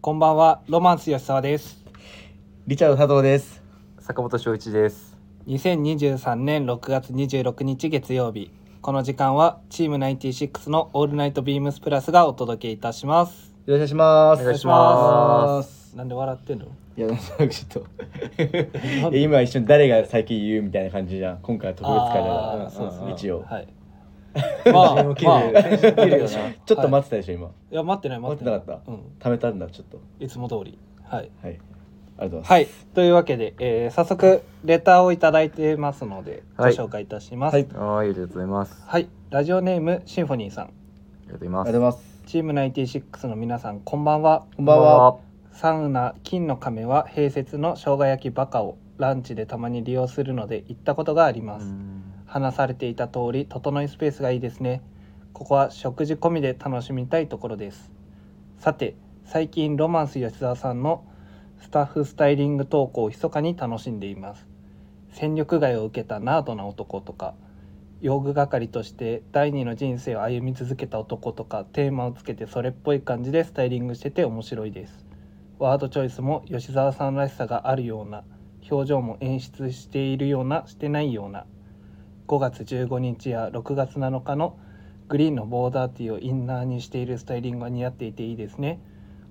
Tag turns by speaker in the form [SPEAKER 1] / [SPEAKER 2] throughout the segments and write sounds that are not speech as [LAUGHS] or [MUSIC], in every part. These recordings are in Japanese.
[SPEAKER 1] こんばんは、ロマンス吉沢です。
[SPEAKER 2] リチャード佐藤です。
[SPEAKER 3] 坂本翔一です。
[SPEAKER 1] 2023年6月26日月曜日、この時間はチーム96のオールナイトビームスプラスがお届けいたします。
[SPEAKER 2] よろしくお願いします。。
[SPEAKER 3] お願いします
[SPEAKER 1] なんで笑ってんの？
[SPEAKER 2] いや、なんとなくちょっといや。今一緒に誰が最近言うみたいな感じじゃん。今回は特別会だから
[SPEAKER 1] あー
[SPEAKER 2] ん
[SPEAKER 1] そうですね
[SPEAKER 2] ん一応、 [LAUGHS]
[SPEAKER 1] はい。まあ、まあ、
[SPEAKER 3] 切れる
[SPEAKER 1] い
[SPEAKER 3] 切るよな。
[SPEAKER 2] ちょっと待ってたでしょ、今。
[SPEAKER 1] や待ってない待ってない。
[SPEAKER 2] 待ってなかった
[SPEAKER 1] うん、
[SPEAKER 2] 貯めたんだ、ちょっと。
[SPEAKER 1] いつも通り。はい。
[SPEAKER 2] はい。ありがとうございます。
[SPEAKER 1] はい、というわけで、えー早速レターをいただいてますので、
[SPEAKER 3] はい
[SPEAKER 1] ご紹介いたします。
[SPEAKER 2] は
[SPEAKER 1] はいい、
[SPEAKER 3] はい、ありがとうございます。あ
[SPEAKER 1] ラジオネームシンフォニーさん、
[SPEAKER 3] りがとうご
[SPEAKER 2] あ
[SPEAKER 3] ざ
[SPEAKER 2] りがとうござ
[SPEAKER 3] いま
[SPEAKER 2] います。
[SPEAKER 1] チーム96の皆さん、こんばんは。
[SPEAKER 2] こん
[SPEAKER 3] す。
[SPEAKER 2] ばんは。
[SPEAKER 1] サウナ金の亀は併設の生姜焼きバカをランチでたまに利用するので行ったことがあり
[SPEAKER 3] こん
[SPEAKER 1] ま
[SPEAKER 3] ばんは。
[SPEAKER 1] す。
[SPEAKER 3] うん
[SPEAKER 1] 話されていた通り整いスペースがいいですねここは食事込みで楽しみたいところですさて最近ロマンス吉沢さんのスタッフスタイリング投稿を密かに楽しんでいます戦力外を受けたナードな男とか用具係として第二の人生を歩み続けた男とかテーマをつけてそれっぽい感じでスタイリングしてて面白いですワードチョイスも吉沢さんらしさがあるような表情も演出しているようなしてないような5月15日や6月7日のグリーンのボーダーティーをインナーにしているスタイリングが似合っていていいですね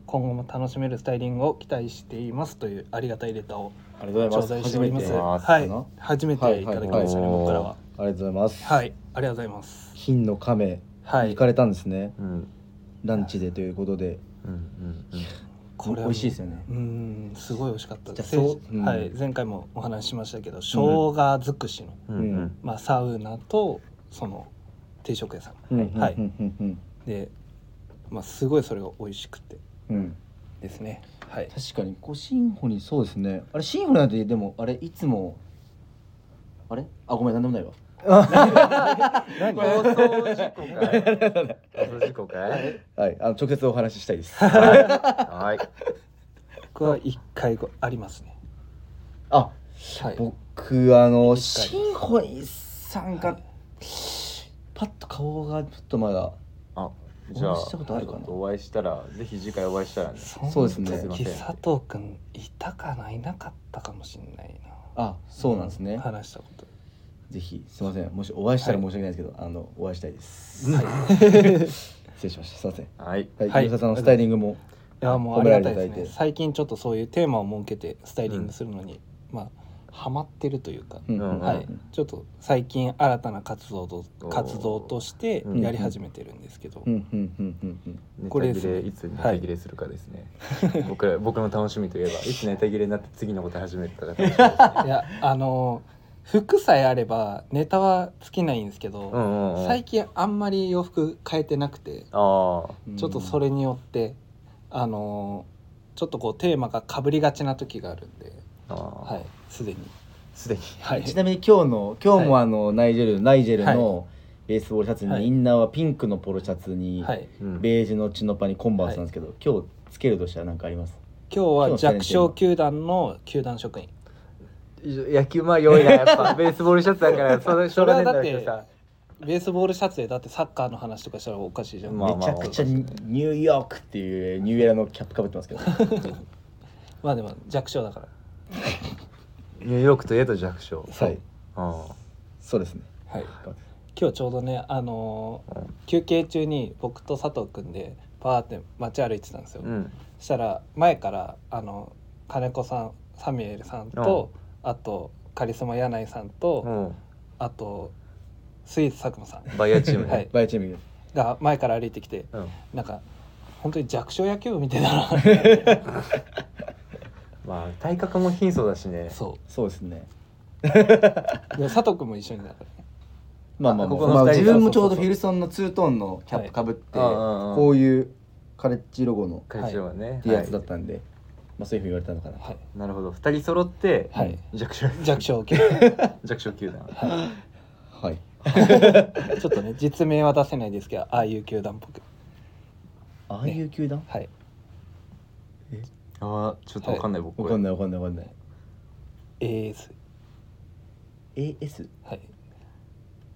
[SPEAKER 1] 今後も楽しめるスタイリングを期待していますというありがたいレターを
[SPEAKER 2] ありがとうご
[SPEAKER 1] 頂
[SPEAKER 2] ざい
[SPEAKER 1] 戴
[SPEAKER 2] ます。
[SPEAKER 1] して
[SPEAKER 2] 初
[SPEAKER 1] お
[SPEAKER 2] め
[SPEAKER 1] り
[SPEAKER 2] て。あ
[SPEAKER 1] ますはい初めて
[SPEAKER 2] りがとう
[SPEAKER 1] いただきましたね
[SPEAKER 3] はいはいはい
[SPEAKER 1] 僕からは
[SPEAKER 2] ございます。
[SPEAKER 1] はいありがとうございます
[SPEAKER 2] 金の亀、
[SPEAKER 1] は
[SPEAKER 2] 行
[SPEAKER 1] い
[SPEAKER 2] かれたんですね。
[SPEAKER 3] うん。
[SPEAKER 2] ランチでということで。
[SPEAKER 3] うん。うん。
[SPEAKER 1] これは
[SPEAKER 2] 美味しいですよね
[SPEAKER 1] う。んすごい美味しかったです
[SPEAKER 2] じゃあそううん
[SPEAKER 1] はい前回もお話ししましたけど生姜尽くしの
[SPEAKER 3] うん。うん。
[SPEAKER 1] まあサウナとその定食屋さん
[SPEAKER 2] うん
[SPEAKER 1] はい
[SPEAKER 2] うんうん
[SPEAKER 1] でまあすごいそれが美味しくて
[SPEAKER 2] うんうん。
[SPEAKER 1] ですねはい
[SPEAKER 2] 確かにこうシンフォニーそうですねあれシンフォニーなんてでもあれいつもあれあごめん何でもないわ何
[SPEAKER 3] 放送事故かい。放送事故かい。
[SPEAKER 2] はいあの直接お話ししたいです
[SPEAKER 3] はい。
[SPEAKER 1] 僕は一回ごありますね
[SPEAKER 2] [LAUGHS] あ
[SPEAKER 1] はい
[SPEAKER 2] 僕あ
[SPEAKER 1] 一回
[SPEAKER 2] の
[SPEAKER 1] です
[SPEAKER 2] シンフォニーさんがパッと顔がちょっとまだ
[SPEAKER 3] あ、じ
[SPEAKER 2] お
[SPEAKER 3] ゃあ
[SPEAKER 2] 会いしたことあるかな
[SPEAKER 3] お会いしたらぜひ次回お会いしたらね。
[SPEAKER 2] そうですね
[SPEAKER 1] その時佐藤君いたかないなかったかもしれない
[SPEAKER 2] あそうなんです
[SPEAKER 1] な
[SPEAKER 2] ね
[SPEAKER 1] 話したこと
[SPEAKER 2] ぜひすいませんもしお会いしたら
[SPEAKER 1] は
[SPEAKER 2] 申
[SPEAKER 1] い
[SPEAKER 2] し訳ないですけどあのお会いしたいです [LAUGHS] 失礼しましたすいません
[SPEAKER 3] はい。
[SPEAKER 2] はい、
[SPEAKER 1] はい
[SPEAKER 2] 吉田さんのスタイリングも
[SPEAKER 1] いやもうありがたい
[SPEAKER 2] 褒められ
[SPEAKER 1] で
[SPEAKER 2] て
[SPEAKER 1] す
[SPEAKER 2] いただい
[SPEAKER 1] ね
[SPEAKER 2] て
[SPEAKER 1] 最近ちょっとそういうテーマを設けてスタイリングするのに、まあハマってるというか、
[SPEAKER 2] うんうんうん
[SPEAKER 1] はいちょっと最近新たな活動と
[SPEAKER 3] おー
[SPEAKER 1] 活動として
[SPEAKER 3] うん
[SPEAKER 1] やり始めてるんですけど、
[SPEAKER 2] うんうんうんうんうん
[SPEAKER 3] ネ
[SPEAKER 1] これ
[SPEAKER 3] タ
[SPEAKER 1] で
[SPEAKER 3] 切
[SPEAKER 1] すね
[SPEAKER 3] れいつネタ切れするかですね。僕ら僕の楽しみといえばいつネタ切れになって次のこと始めたら楽しみですね。
[SPEAKER 1] いやあの服さえあればネタは尽きないんですけど、
[SPEAKER 3] うんうんうん。
[SPEAKER 1] 最近あんまり洋服変えてなくて
[SPEAKER 3] ああ。
[SPEAKER 2] うん
[SPEAKER 1] ちょっとそれによって、あのちょっとこうテーマがかぶりがちな時があるんで、
[SPEAKER 3] あ
[SPEAKER 1] は
[SPEAKER 3] あ。
[SPEAKER 1] い、すでに、
[SPEAKER 3] すでに。
[SPEAKER 1] はい、
[SPEAKER 2] ちなみに今日の今日もあの、ナイジェルナイジェルのベースボールシャツに、
[SPEAKER 1] はい
[SPEAKER 2] インナーはピンクのポロシャツに、
[SPEAKER 1] はい、
[SPEAKER 3] うん
[SPEAKER 2] ベージュのチノパにコンバースなんですけど、今日つけるとしたら何かあります
[SPEAKER 1] 今日は弱小球団の球団職員
[SPEAKER 3] 野球まあ弱いなやっぱベースボールシャツだからそれ
[SPEAKER 1] そ
[SPEAKER 3] そ
[SPEAKER 1] れ
[SPEAKER 3] れ
[SPEAKER 1] は
[SPEAKER 3] は
[SPEAKER 1] だ
[SPEAKER 3] だ
[SPEAKER 1] っ
[SPEAKER 3] っててさ
[SPEAKER 1] ベースボールシャツでだってサッカーの話とかしたらおかしいじゃん、
[SPEAKER 3] ま
[SPEAKER 1] ま
[SPEAKER 3] あ
[SPEAKER 1] あ、
[SPEAKER 2] めちゃくちゃニューヨークっていうニューエラのキャップかぶってますけど
[SPEAKER 1] [LAUGHS] でも弱小だから
[SPEAKER 3] ニューヨークといえど弱小
[SPEAKER 2] はい
[SPEAKER 3] あ
[SPEAKER 2] そうですね
[SPEAKER 1] はい今日ちょうどねあのー休憩中に僕と佐藤君でバーって街歩いてたんですよ、
[SPEAKER 3] あうん
[SPEAKER 1] そしたら前からあの金子さんサミュエルさんと、あとカリスマ柳井さんと、
[SPEAKER 3] うん
[SPEAKER 1] あとスイーツ佐久間さん
[SPEAKER 3] バイアチ
[SPEAKER 2] [LAUGHS]
[SPEAKER 3] ームね
[SPEAKER 1] はい
[SPEAKER 2] バイチーム
[SPEAKER 1] が前から歩いてきて
[SPEAKER 3] うん
[SPEAKER 1] なんか本当に弱小野球部みたい
[SPEAKER 2] [LAUGHS]
[SPEAKER 1] だな
[SPEAKER 3] まあ体格も貧相だしね
[SPEAKER 1] そ
[SPEAKER 2] そうですね
[SPEAKER 1] うでも佐藤君も一緒になった
[SPEAKER 2] まあまあま
[SPEAKER 3] こ
[SPEAKER 2] あ
[SPEAKER 3] この
[SPEAKER 2] まあ
[SPEAKER 3] 二人
[SPEAKER 2] 自分もちょうど
[SPEAKER 3] そうそうそう
[SPEAKER 2] フィルソンのツートーンのキャップかぶって、
[SPEAKER 3] はいうんうんうん
[SPEAKER 2] こういうカレッジロゴの
[SPEAKER 3] 会長はね
[SPEAKER 2] っていうやつだったんで、まあそういうふうに言われたのかな、
[SPEAKER 1] はい、
[SPEAKER 3] なるほど二人揃って
[SPEAKER 1] はい
[SPEAKER 3] 弱小
[SPEAKER 1] 弱小球 [LAUGHS]
[SPEAKER 3] 弱小球団
[SPEAKER 2] はい
[SPEAKER 1] ちょっとね実名は出せないですけどああいう球団っぽく
[SPEAKER 2] ああいう球団、
[SPEAKER 1] はい
[SPEAKER 3] ああちょっとわかんない僕
[SPEAKER 2] わかん
[SPEAKER 3] ない
[SPEAKER 2] ないわかんないわかんない
[SPEAKER 1] AS
[SPEAKER 2] AS?
[SPEAKER 1] はい、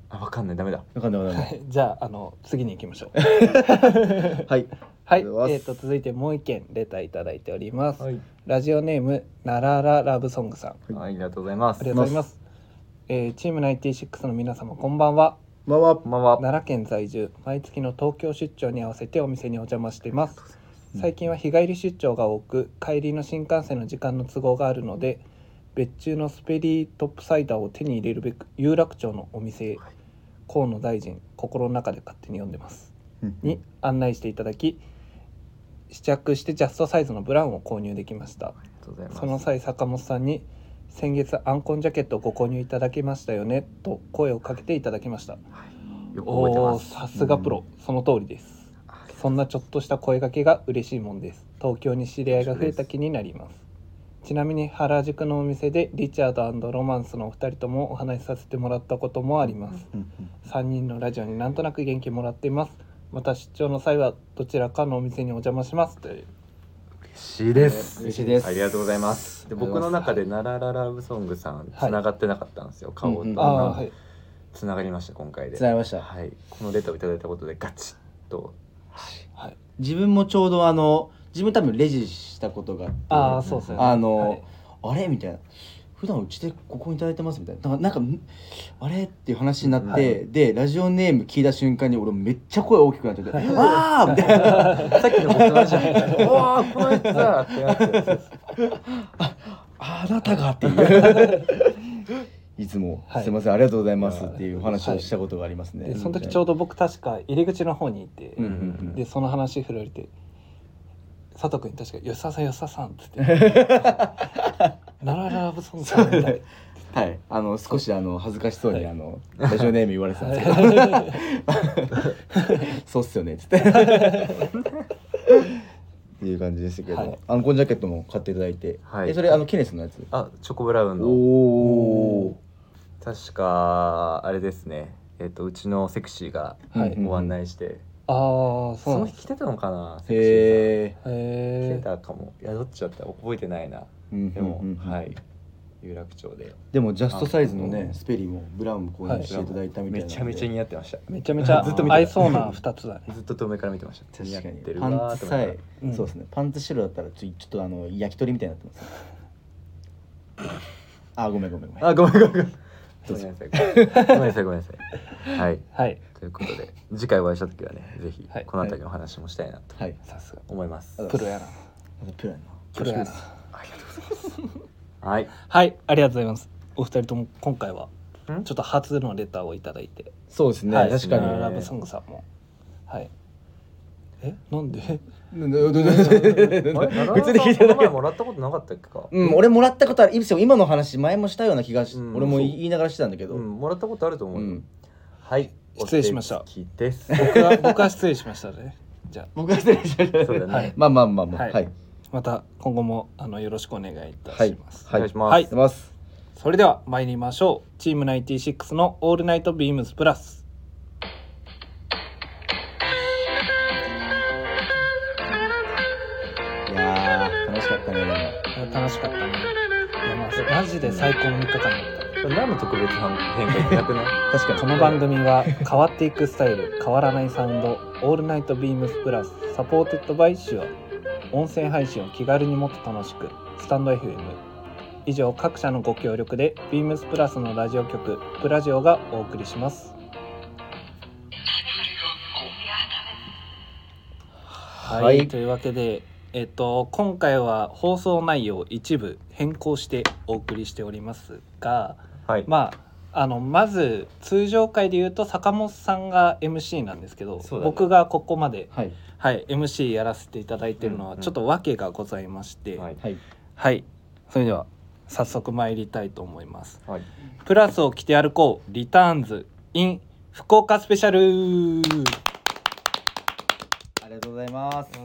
[SPEAKER 3] あわかんないダメだ
[SPEAKER 2] わかんないわかん
[SPEAKER 1] は
[SPEAKER 2] ない [LAUGHS]
[SPEAKER 1] い、じゃああの次に行きましょう
[SPEAKER 2] はい
[SPEAKER 1] はい、
[SPEAKER 2] あ
[SPEAKER 1] え
[SPEAKER 2] りがとうござい
[SPEAKER 1] ー、
[SPEAKER 2] ます
[SPEAKER 1] と続いてもう一件レターいただいております、
[SPEAKER 3] はい、
[SPEAKER 1] ラジオネームナラララブソングさんあ
[SPEAKER 3] ありがとうございます。
[SPEAKER 1] りがとうございます、えー、チーム96の皆様こんばんは
[SPEAKER 2] まあまあ
[SPEAKER 3] こんばんは。
[SPEAKER 1] 奈良県在住毎月の東京出張に合わせてお店にお邪魔してます
[SPEAKER 2] うん
[SPEAKER 1] 最近は日帰り出張が多く帰りの新幹線の時間の都合があるので別注のスペリートップサイダーを手に入れるべく有楽町のお店へ
[SPEAKER 3] はい
[SPEAKER 1] 河野大臣心の中で勝手に呼んでますに案内していただき試着してジャストサイズのブラウンを購入できました
[SPEAKER 3] ありがとうございます。
[SPEAKER 1] その際坂本さんに「先月アンコンジャケットをご購入いただきましたよね」と声をかけていただきました
[SPEAKER 3] よく覚えて
[SPEAKER 1] お
[SPEAKER 3] ま
[SPEAKER 1] お
[SPEAKER 3] す。
[SPEAKER 1] さすがプロ、その通りですそんなちょっとした声掛けが嬉しいもんです東京に知り合いが増えた気になりますちなみに原宿のお店でリチャードロマンスのお二人ともお話しさせてもらったこともあります3人のラジオになんとなく元気もらっていますまた出張の際はどちらかのお店にお邪魔しますという
[SPEAKER 3] 嬉しいです。
[SPEAKER 2] 嬉しいです
[SPEAKER 3] ありがとうございます。で、僕の中でナラララブソングさん、
[SPEAKER 1] はい
[SPEAKER 3] 繋がってなかったんですよ。顔と
[SPEAKER 2] うんうん
[SPEAKER 1] ああは
[SPEAKER 3] 名
[SPEAKER 1] い
[SPEAKER 3] 繋がりました、今回で。
[SPEAKER 2] つながりました
[SPEAKER 3] はい、このレターをいただいたことで、ガチッと。
[SPEAKER 1] はい
[SPEAKER 2] 自分もちょうどあの自分多分レジしたことがあって
[SPEAKER 1] ああそうですね
[SPEAKER 2] あの、
[SPEAKER 1] はい
[SPEAKER 2] あれみたいな普段うちでここにいただいてますみたいななんかなんかあれっていう話になって、
[SPEAKER 3] はい
[SPEAKER 2] でラジオネーム聞いた瞬間に俺めっちゃ声大きくなっちゃって「わあ!」みたいな
[SPEAKER 3] [LAUGHS] さっきの僕の話じゃないから。うわあ、このやつだってなって。
[SPEAKER 2] 「あなたが!」っていういつも、
[SPEAKER 1] はい
[SPEAKER 2] すいませんありがとうございます」っていう話をしたことがありますね、
[SPEAKER 1] でその時ちょうど僕確か入り口の方にいて、
[SPEAKER 2] うんうんうん
[SPEAKER 1] でその話振られて佐藤君に確か「吉田さん吉田さん」っつって「ラララブソングさん」みたい
[SPEAKER 2] はいあの少しあの恥ずかしそうに、
[SPEAKER 1] はい
[SPEAKER 2] あのラジオネーム言われてたんですけど
[SPEAKER 1] な
[SPEAKER 2] そうっすよねっつって。っていう感じでしたけど、
[SPEAKER 1] はい
[SPEAKER 2] アンコンジャケットも買っていただいて、
[SPEAKER 3] はい
[SPEAKER 2] えそれあのケネスのやつ。
[SPEAKER 3] あ、チョコブラウン
[SPEAKER 2] お
[SPEAKER 3] の。
[SPEAKER 2] お
[SPEAKER 3] 確か、あれですね。えっと、うちのセクシーが
[SPEAKER 2] ー。
[SPEAKER 1] はい
[SPEAKER 3] ご案内して。
[SPEAKER 1] [LAUGHS] ああそう
[SPEAKER 3] そ
[SPEAKER 1] なん
[SPEAKER 3] の
[SPEAKER 1] で
[SPEAKER 3] 日
[SPEAKER 1] す
[SPEAKER 3] 来てたのかな。セクシーさん
[SPEAKER 2] へ
[SPEAKER 3] 来て
[SPEAKER 1] へえ
[SPEAKER 3] たかも。いや、どっちだった覚えてないな。
[SPEAKER 2] え。
[SPEAKER 3] でも、
[SPEAKER 2] は。
[SPEAKER 3] はいい。有楽町で。
[SPEAKER 2] でもジャストサイズの
[SPEAKER 3] あ
[SPEAKER 2] ね
[SPEAKER 3] うん
[SPEAKER 2] スペリーもブラウンも購入していただいたみたい
[SPEAKER 3] め
[SPEAKER 2] な。
[SPEAKER 3] ちゃめちゃ似合ってました。
[SPEAKER 1] めちゃめちゃ
[SPEAKER 3] ずっと見てた
[SPEAKER 1] 合いそうな2つだね
[SPEAKER 3] ずっと遠目から見てました。
[SPEAKER 2] 確か
[SPEAKER 3] 似合
[SPEAKER 2] に
[SPEAKER 3] ってる
[SPEAKER 2] パン
[SPEAKER 3] わーと
[SPEAKER 2] ツ
[SPEAKER 3] 思
[SPEAKER 2] さ
[SPEAKER 3] いなが
[SPEAKER 2] え
[SPEAKER 3] ら、
[SPEAKER 1] うん
[SPEAKER 2] そうですねパンツ白だったらちょちょっとあの焼き鳥みたいになってます、 [LAUGHS] あごめんごめんごめん
[SPEAKER 3] あ、ごめんごめんごめん。
[SPEAKER 2] ど
[SPEAKER 3] ご
[SPEAKER 2] う
[SPEAKER 3] め
[SPEAKER 2] ぞ
[SPEAKER 3] んなさい。ごめんなさい。ごめんなさい。はい。
[SPEAKER 1] はい
[SPEAKER 3] ということで、次回お会いした時はね、ぜひ
[SPEAKER 1] はい、
[SPEAKER 3] この辺りのお話もしたいなと
[SPEAKER 2] はい
[SPEAKER 1] さすが
[SPEAKER 3] 思います。
[SPEAKER 1] プロやな
[SPEAKER 2] プロやな
[SPEAKER 1] プロやな
[SPEAKER 3] はい。
[SPEAKER 1] はいありがとうございますお二人とも今回は
[SPEAKER 3] ん
[SPEAKER 1] ちょっと初のレターをいただいて
[SPEAKER 2] そうですね、
[SPEAKER 1] はい
[SPEAKER 2] 確かに
[SPEAKER 1] ラララブソングさんもはいえなんで
[SPEAKER 2] なななななな [LAUGHS] 普通に聞いて
[SPEAKER 3] る
[SPEAKER 2] な
[SPEAKER 3] 前
[SPEAKER 2] い
[SPEAKER 3] もらったことなかったっけか。
[SPEAKER 2] うん、俺もらったことあるいぶ今の話前もしたような気がし、
[SPEAKER 3] うん
[SPEAKER 2] 俺も言いながらしてたんだけど、
[SPEAKER 3] う
[SPEAKER 2] うん
[SPEAKER 3] ん、もらったことあると思うよ。はい。
[SPEAKER 1] 失礼しました
[SPEAKER 3] お手つきです。
[SPEAKER 1] 僕は僕は失礼しましたねじゃあ
[SPEAKER 2] 僕は失礼しました
[SPEAKER 3] そうだね
[SPEAKER 1] はい
[SPEAKER 2] まあまあまあまあ
[SPEAKER 1] はい
[SPEAKER 2] はい
[SPEAKER 1] また今後もあのよろしくお願いいた
[SPEAKER 2] はい
[SPEAKER 1] します、
[SPEAKER 3] お願いします
[SPEAKER 2] はいます
[SPEAKER 1] それでは参りましょうチーム96の「オールナイトビームスプラス」
[SPEAKER 2] いやー楽しかったねでも
[SPEAKER 1] いや楽しかったねいやまあマジで最高の3日間だっ
[SPEAKER 3] 何の特別な変化ってなくない
[SPEAKER 2] 確か
[SPEAKER 1] た
[SPEAKER 2] に
[SPEAKER 1] この番組は変わっていくスタイル変わらないサウンド「オールナイトビームスプラス」サポーテッドバイシュア音声配信を気軽にもっと楽しくスタンド FM 以上各社のご協力でビームスプラスのラジオ局プラジオがお送りしますはい、
[SPEAKER 2] はい
[SPEAKER 1] というわけで、えっと、今回は放送内容を一部変更してお送りしておりますが、
[SPEAKER 3] はい。
[SPEAKER 1] まあ、あのまず通常回で言うと坂本さんが MC なんですけど、
[SPEAKER 3] そうだね
[SPEAKER 1] 僕がここまで、
[SPEAKER 2] はい
[SPEAKER 1] はい、MC やらせていただいてるの
[SPEAKER 3] う
[SPEAKER 1] は
[SPEAKER 3] んうん
[SPEAKER 1] ちょっと訳がございまして、
[SPEAKER 3] はい。
[SPEAKER 2] はい
[SPEAKER 1] はい、それでは早速参りたいと思います。
[SPEAKER 3] はい。
[SPEAKER 1] プラスを着て歩こうリターンズ in 福岡スペシャル
[SPEAKER 2] ありがとうございますす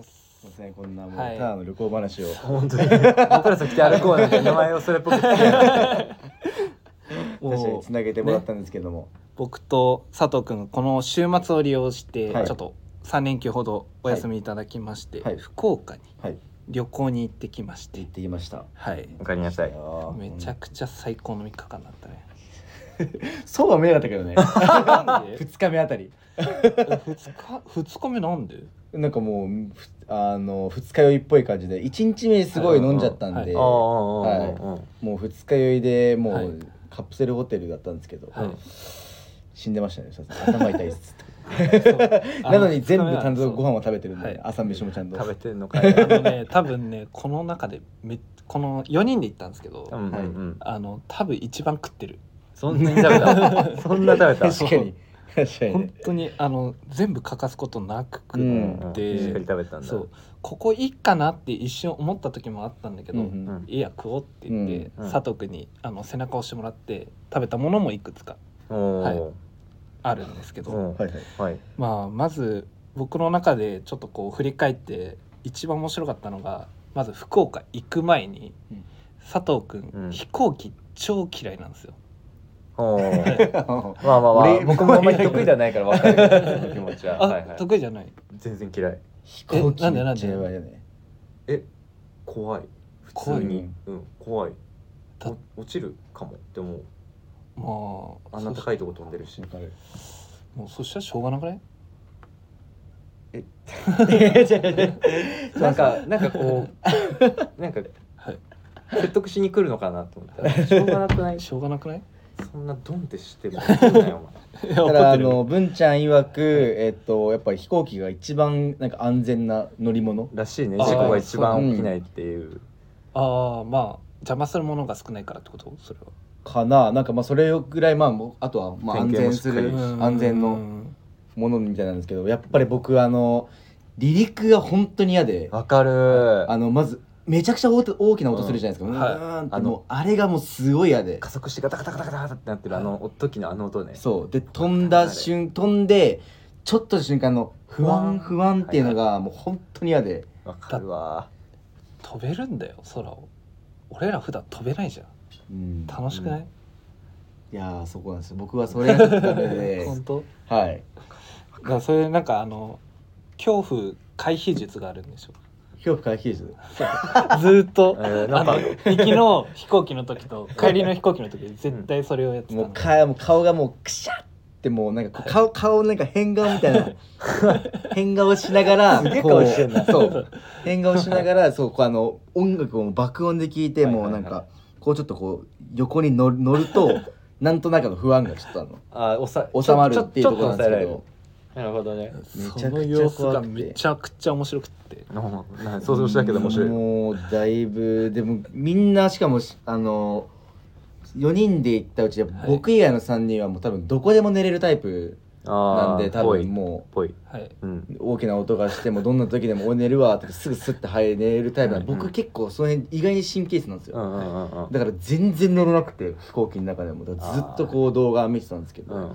[SPEAKER 2] いませんこんなもう、
[SPEAKER 1] はい
[SPEAKER 2] ただの旅行話を
[SPEAKER 3] 本当に。僕らさ来て歩こうなんて名前をそれっぽくつけて。
[SPEAKER 2] 確かにつなげてもらったんですけども、
[SPEAKER 1] 僕と佐藤君この週末を利用して
[SPEAKER 2] はい
[SPEAKER 1] ちょっと3連休ほどお休みいただきまして、
[SPEAKER 2] はい
[SPEAKER 1] 福岡に
[SPEAKER 2] はい
[SPEAKER 1] 旅行に行ってきまし
[SPEAKER 2] 行
[SPEAKER 1] て
[SPEAKER 2] ってきました
[SPEAKER 1] はい
[SPEAKER 3] わかりなさい。
[SPEAKER 2] やー
[SPEAKER 1] めちゃくちゃ最高の3日間だったね
[SPEAKER 2] そうは見えなかったけどね
[SPEAKER 1] なんで
[SPEAKER 2] 2日目あたり
[SPEAKER 1] 二日二日目なんで
[SPEAKER 2] なんかもうふあの二日酔いっぽい感じで1日目すごい飲んじゃったんで、
[SPEAKER 1] え
[SPEAKER 3] ああああああ
[SPEAKER 2] もう二日酔いでも
[SPEAKER 1] はいう
[SPEAKER 2] カプセルホテルだったんですけど、
[SPEAKER 1] はい
[SPEAKER 2] 死んでましたねさすがに頭痛いっす
[SPEAKER 1] そう
[SPEAKER 2] [LAUGHS] なのに全部
[SPEAKER 1] あ二日目は
[SPEAKER 2] 単独ご飯は食べてるんで、
[SPEAKER 1] はい
[SPEAKER 2] 朝飯もちゃんと
[SPEAKER 3] 食べてんのかい
[SPEAKER 1] そうあのね多分ねこの中でめこの四人で行ったんですけど、
[SPEAKER 3] うんうんうん
[SPEAKER 1] あの多分一番食ってる
[SPEAKER 3] そんなに食べたそんな食べた
[SPEAKER 2] 確かに確かに
[SPEAKER 1] 本
[SPEAKER 2] ね
[SPEAKER 1] 当にあの全部欠かすことなく食
[SPEAKER 2] う
[SPEAKER 1] っ
[SPEAKER 2] ん
[SPEAKER 1] で
[SPEAKER 3] しっかり食べたんだ
[SPEAKER 1] そうここいいかなって一瞬思った時もあったんだけど、
[SPEAKER 2] うんうん
[SPEAKER 3] うん
[SPEAKER 1] いや食おうって言って、
[SPEAKER 3] うんうん
[SPEAKER 1] 佐藤君にあの背中を押してもらって食べたものもいくつか
[SPEAKER 3] お
[SPEAKER 1] はい
[SPEAKER 3] ー
[SPEAKER 1] あるんですけど、
[SPEAKER 3] うん
[SPEAKER 2] はいはい
[SPEAKER 3] はい
[SPEAKER 1] まあ、まず僕の中でちょっとこう振り返って一番面白かったのがまず福岡行く前に、
[SPEAKER 2] うん
[SPEAKER 1] 佐藤君、
[SPEAKER 3] うん
[SPEAKER 1] 飛行機超嫌いなんですよ。
[SPEAKER 3] おー
[SPEAKER 2] あ
[SPEAKER 3] まあまあまあ
[SPEAKER 2] 俺
[SPEAKER 3] 僕もあんまり得意ではないから分かる [LAUGHS] けどその気持ちは
[SPEAKER 1] あ、
[SPEAKER 3] はいはい
[SPEAKER 1] 得意じゃない
[SPEAKER 3] 全然嫌い
[SPEAKER 2] 飛行機
[SPEAKER 1] えなんで
[SPEAKER 2] め
[SPEAKER 1] な
[SPEAKER 2] っ
[SPEAKER 1] ん
[SPEAKER 2] ち
[SPEAKER 1] で
[SPEAKER 2] ゃやばいよね
[SPEAKER 3] え怖い普通
[SPEAKER 1] 怖い
[SPEAKER 3] にうん怖い
[SPEAKER 1] た
[SPEAKER 3] お落ちるかもでも
[SPEAKER 1] もう
[SPEAKER 3] あんな高いとこ飛んでるし
[SPEAKER 2] わかる
[SPEAKER 1] そもうそしたらしょうがなくない
[SPEAKER 3] な
[SPEAKER 1] [LAUGHS]
[SPEAKER 3] んかなんかこうなんか
[SPEAKER 1] はい
[SPEAKER 3] 説得しに来るのかなと思ったらしょうがなく
[SPEAKER 1] [LAUGHS]
[SPEAKER 3] ない
[SPEAKER 1] しょうがなくない
[SPEAKER 3] そんなドンってしても怒んなよ
[SPEAKER 1] い [LAUGHS] や
[SPEAKER 2] だ
[SPEAKER 1] 怒
[SPEAKER 2] か
[SPEAKER 1] っ
[SPEAKER 2] らあ
[SPEAKER 1] てる
[SPEAKER 2] の文ちゃん曰く、えっとやっぱり飛行機が一番なんか安全な乗り物
[SPEAKER 3] お前らしいね
[SPEAKER 1] あー
[SPEAKER 3] 事故が一番起きないっていう
[SPEAKER 1] ああまあ邪魔するものが少ないからってことそれは
[SPEAKER 2] かななんかまあそれぐらいまあもうあとはまあ安
[SPEAKER 3] 点検も
[SPEAKER 2] 全
[SPEAKER 3] しっ
[SPEAKER 2] す
[SPEAKER 3] かり
[SPEAKER 2] る
[SPEAKER 1] うん
[SPEAKER 2] 安全のものみたいなんですけどやっぱり僕あの離陸が本当に嫌で
[SPEAKER 3] わかる
[SPEAKER 2] あのまずめちゃくちゃ大大きな音するじゃないですか、
[SPEAKER 1] う
[SPEAKER 2] うんん、
[SPEAKER 1] はい
[SPEAKER 2] ーんって
[SPEAKER 3] あの
[SPEAKER 2] もうあれがもうすごい嫌で
[SPEAKER 3] 加速してガタガタガタガタってなってるあの時のあの音ね
[SPEAKER 2] そうで飛んだ瞬飛んでちょっとの瞬間の不安
[SPEAKER 3] ふ
[SPEAKER 2] 不
[SPEAKER 3] わーん
[SPEAKER 2] 安っていうのがもう本当に嫌で
[SPEAKER 3] わかるわ
[SPEAKER 1] 飛べるんだよ空を俺ら普段飛べないじゃん
[SPEAKER 2] うん
[SPEAKER 1] 楽しくない、
[SPEAKER 2] いやーそこなんですよ僕はそれがちょっとダメ
[SPEAKER 3] [LAUGHS]
[SPEAKER 2] で
[SPEAKER 1] 本当
[SPEAKER 2] はい
[SPEAKER 1] だからそれなんかあの恐怖回避術があるんでしょ
[SPEAKER 2] 恐怖回避です
[SPEAKER 1] [LAUGHS] ずーっと
[SPEAKER 3] えーな
[SPEAKER 1] あ
[SPEAKER 3] んか
[SPEAKER 1] の行きの飛行機の時と帰りの飛行機の時絶対それをやってた
[SPEAKER 2] もう
[SPEAKER 1] の
[SPEAKER 2] かもう顔がもうくしゃってもうなんかこう顔顔なんか変顔みたい
[SPEAKER 3] [LAUGHS]
[SPEAKER 2] な変顔しながら
[SPEAKER 3] すげえ
[SPEAKER 2] こ
[SPEAKER 3] 顔
[SPEAKER 2] う
[SPEAKER 3] してんな [LAUGHS]
[SPEAKER 2] そう変顔しながらそうこうあの音楽を爆音で聴いて
[SPEAKER 3] はいは
[SPEAKER 2] も
[SPEAKER 3] いは
[SPEAKER 2] う
[SPEAKER 3] い
[SPEAKER 2] なんかこうちょっとこう横に乗る乗るとなんとなくの不安がちょっとあの
[SPEAKER 3] あおさ
[SPEAKER 2] 収まるっていうところなんですけど
[SPEAKER 3] ちょっと抑えられるなるほどね
[SPEAKER 2] めち
[SPEAKER 1] そ
[SPEAKER 2] ゃ
[SPEAKER 1] の
[SPEAKER 2] くちゃ
[SPEAKER 1] 様子
[SPEAKER 2] 怖
[SPEAKER 1] が
[SPEAKER 2] くて
[SPEAKER 1] めちゃくちゃ面白くって
[SPEAKER 3] うんなんか想像したけど面白い
[SPEAKER 2] もうだいぶでもみんなしかもしあの4人で行ったうちで
[SPEAKER 1] はい
[SPEAKER 2] 僕以外の3人はもう多分どこでも寝れるタイプな
[SPEAKER 3] なん
[SPEAKER 2] で多
[SPEAKER 3] ぽ
[SPEAKER 2] 分
[SPEAKER 3] い
[SPEAKER 2] も
[SPEAKER 3] ぽい
[SPEAKER 1] はい
[SPEAKER 3] うん
[SPEAKER 2] う大きな音がしてもどんな時でも「おい寝るわ」ってすぐスッて入れるタイプなんで
[SPEAKER 3] うんうん
[SPEAKER 2] 僕結構その辺意外に神経質なんです
[SPEAKER 3] う
[SPEAKER 2] よ
[SPEAKER 3] んうんうんうん
[SPEAKER 2] だから全然乗らなくて飛行機の中でもだからずっとこう動画見てたんですけ
[SPEAKER 3] う
[SPEAKER 2] ど
[SPEAKER 3] んうん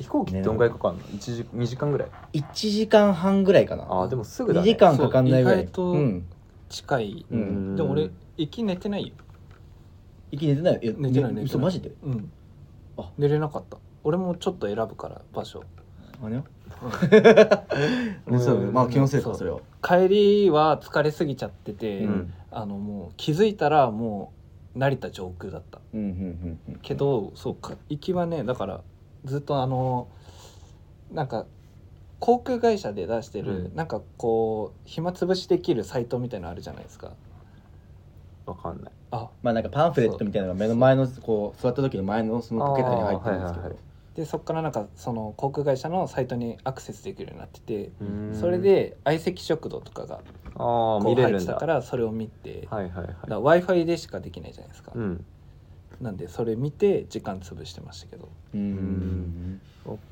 [SPEAKER 3] 飛行機ってどんぐらいかかんの一時2時間ぐらい
[SPEAKER 2] 1時間半ぐらいかな
[SPEAKER 3] あーでもすぐだ
[SPEAKER 2] 2
[SPEAKER 3] ね
[SPEAKER 2] 時間かかんないぐら
[SPEAKER 1] そう
[SPEAKER 2] い
[SPEAKER 1] 意外と
[SPEAKER 2] うん
[SPEAKER 1] 近い、
[SPEAKER 2] うん
[SPEAKER 1] でも俺行き寝てないよ
[SPEAKER 2] 息寝てないえ
[SPEAKER 1] 寝てない寝てない
[SPEAKER 2] 嘘マジで
[SPEAKER 1] うん
[SPEAKER 2] あ
[SPEAKER 1] 寝れなかった俺もちょっと選ぶから場所
[SPEAKER 2] あれよ
[SPEAKER 3] うん
[SPEAKER 2] [LAUGHS] 嘘まあ気のせい
[SPEAKER 1] そ
[SPEAKER 2] か
[SPEAKER 1] う
[SPEAKER 2] それは
[SPEAKER 1] 帰りは疲れすぎちゃってて、
[SPEAKER 3] うん
[SPEAKER 1] あのもう気づいたらもう成田上空だった
[SPEAKER 2] うんうんうんうん
[SPEAKER 1] けど、そうか行きはねだからずっとあのなんか航空会社で出してる、
[SPEAKER 3] うん
[SPEAKER 1] なんかこう暇つぶしできるサイトみたいなのあるじゃないですか
[SPEAKER 3] わかんない
[SPEAKER 1] あ
[SPEAKER 2] まあなんかパンフレットみたいなのが目の前のこう座った時の前のそのポケットに入ってるんですけ
[SPEAKER 3] あーはいはいは
[SPEAKER 2] ど
[SPEAKER 3] い
[SPEAKER 1] でそっからなんかその航空会社のサイトにアクセスできるようになってて、
[SPEAKER 3] うーん
[SPEAKER 1] それで相席食堂とかが
[SPEAKER 3] あ
[SPEAKER 1] こ
[SPEAKER 3] あ見
[SPEAKER 1] う
[SPEAKER 3] れ
[SPEAKER 1] 入っ
[SPEAKER 3] るん
[SPEAKER 1] てた
[SPEAKER 3] だ
[SPEAKER 1] か
[SPEAKER 3] はい
[SPEAKER 1] らそれを見て、
[SPEAKER 3] はいはい
[SPEAKER 1] だ w i f i でしかできないじゃないですか、
[SPEAKER 3] うん
[SPEAKER 1] なんでそれ見て時間潰してましたけど
[SPEAKER 2] うーん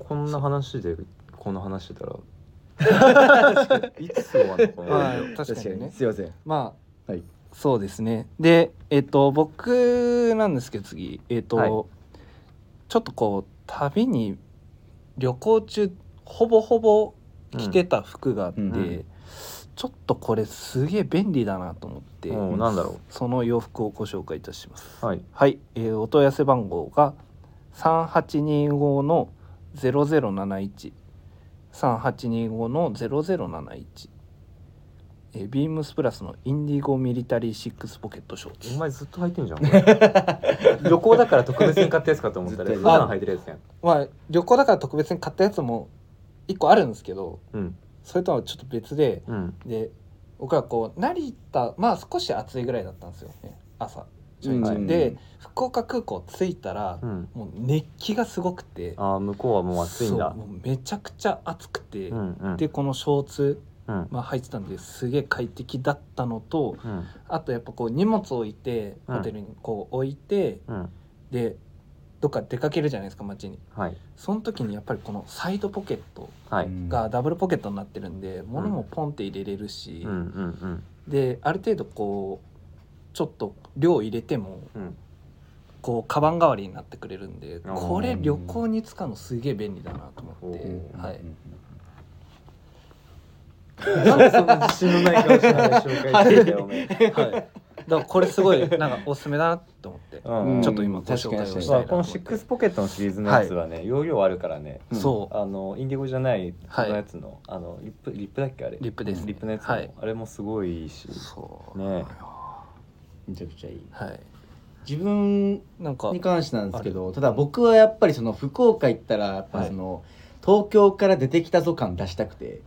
[SPEAKER 3] こんな話でこんな話してたらいつ終わるのか
[SPEAKER 1] まあ
[SPEAKER 3] な
[SPEAKER 1] 確かにね
[SPEAKER 2] すいません
[SPEAKER 1] まあ、
[SPEAKER 2] はい
[SPEAKER 1] そうですねでえっと僕なんですけど次えっと、
[SPEAKER 3] はい
[SPEAKER 1] ちょっとこう旅に旅行中ほぼほぼ着てた服があって、
[SPEAKER 2] うん
[SPEAKER 3] うん
[SPEAKER 1] ちょっとこれすげえ便利だなと思って、
[SPEAKER 3] うんなんだろ
[SPEAKER 1] その洋服をご紹介いたします
[SPEAKER 3] うはい
[SPEAKER 1] はい、えーお問い合わせ番号が3825の00713825の0071えービームスプラスのインディゴミリタリーシックスポケットショ
[SPEAKER 3] お
[SPEAKER 1] ーツ
[SPEAKER 3] 前ずっと履いてんじゃんこ [LAUGHS] れ旅行だから特別に買ったやつかと思ったら
[SPEAKER 2] 絶
[SPEAKER 3] 普
[SPEAKER 1] 対
[SPEAKER 3] 段履いてるやつやん
[SPEAKER 1] まあ旅行だから特別に買ったやつも1個あるんですけど
[SPEAKER 3] うん
[SPEAKER 1] それとはちょっと別で
[SPEAKER 3] うん
[SPEAKER 1] で僕らこう成田まあ少し暑いぐらいだったんですよね朝初日、
[SPEAKER 2] うん
[SPEAKER 1] で福岡空港着いたら、
[SPEAKER 3] うん
[SPEAKER 1] もう熱気がすごくて
[SPEAKER 3] ああ向こうはもう暑いんだ
[SPEAKER 1] そうもうめちゃくちゃ暑くて、
[SPEAKER 3] うんうん
[SPEAKER 1] でこのショーツ、
[SPEAKER 3] うん
[SPEAKER 1] まあ、入ってたんですげえ快適だったのと
[SPEAKER 3] うん
[SPEAKER 1] あとやっぱこう荷物置いて
[SPEAKER 3] うん
[SPEAKER 1] ホテルにこう置いて、
[SPEAKER 3] うん
[SPEAKER 1] でどっか出かけるじゃないですか街に
[SPEAKER 3] はい
[SPEAKER 1] その時にやっぱりこのサイドポケット
[SPEAKER 3] はい、う、
[SPEAKER 2] うんん
[SPEAKER 1] がダブルポケットになってるんで、物もポンって入れれるし、
[SPEAKER 3] うんうん
[SPEAKER 1] である程度こうちょっと量入れても
[SPEAKER 3] うん
[SPEAKER 1] こうカバン代わりになってくれるんで
[SPEAKER 3] あー
[SPEAKER 1] これ旅行に使うのすげえ便利だなと思って、
[SPEAKER 3] おー [LAUGHS]
[SPEAKER 1] はい、
[SPEAKER 3] なんでそんな自信のない顔して紹介してんだよお前
[SPEAKER 1] はい、だからこれすごいなんかおすすめだなと思って、
[SPEAKER 3] うん
[SPEAKER 1] ちょっと今ご紹介をしたいなと思
[SPEAKER 3] まあ
[SPEAKER 1] って
[SPEAKER 3] このシックスポケットのシリーズのやつはね、容量あるからね
[SPEAKER 2] うん
[SPEAKER 1] そう
[SPEAKER 3] あのインディゴじゃない
[SPEAKER 1] は
[SPEAKER 3] こ
[SPEAKER 1] い
[SPEAKER 3] のやつの,、あのリップリップだっけあれ
[SPEAKER 1] リップですね
[SPEAKER 3] リップのやつも、
[SPEAKER 1] はい
[SPEAKER 3] あれもすごいいいし
[SPEAKER 1] そう
[SPEAKER 3] ね
[SPEAKER 2] めちゃくちゃいい
[SPEAKER 1] はい
[SPEAKER 2] 自分
[SPEAKER 1] なんか
[SPEAKER 2] に関してなんですけどただ僕はやっぱりその福岡行ったらやっぱその、東京から出てきたぞ感出したくて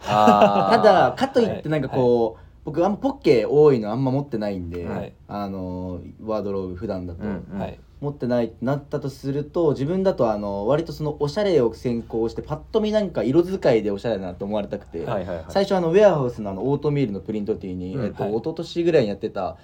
[SPEAKER 2] [LAUGHS]
[SPEAKER 3] あ
[SPEAKER 2] た
[SPEAKER 3] ー
[SPEAKER 2] だかといってなんかこう、僕あんまポッケ多いのあんま持ってないんで、
[SPEAKER 1] はい
[SPEAKER 2] あのワードローブ普段だと、
[SPEAKER 3] うんうん
[SPEAKER 1] はい
[SPEAKER 2] 持ってないってなったとすると自分だとあの割とそのおしゃれを先行してパッと見なんか色使いでおしゃれだなと思われたくて、
[SPEAKER 3] はいはいはい
[SPEAKER 2] 最初あのウェアハウスのあのオートミールのプリントティーに、
[SPEAKER 3] うん
[SPEAKER 2] えっと
[SPEAKER 1] はい
[SPEAKER 2] 一昨年ぐらいにやってた、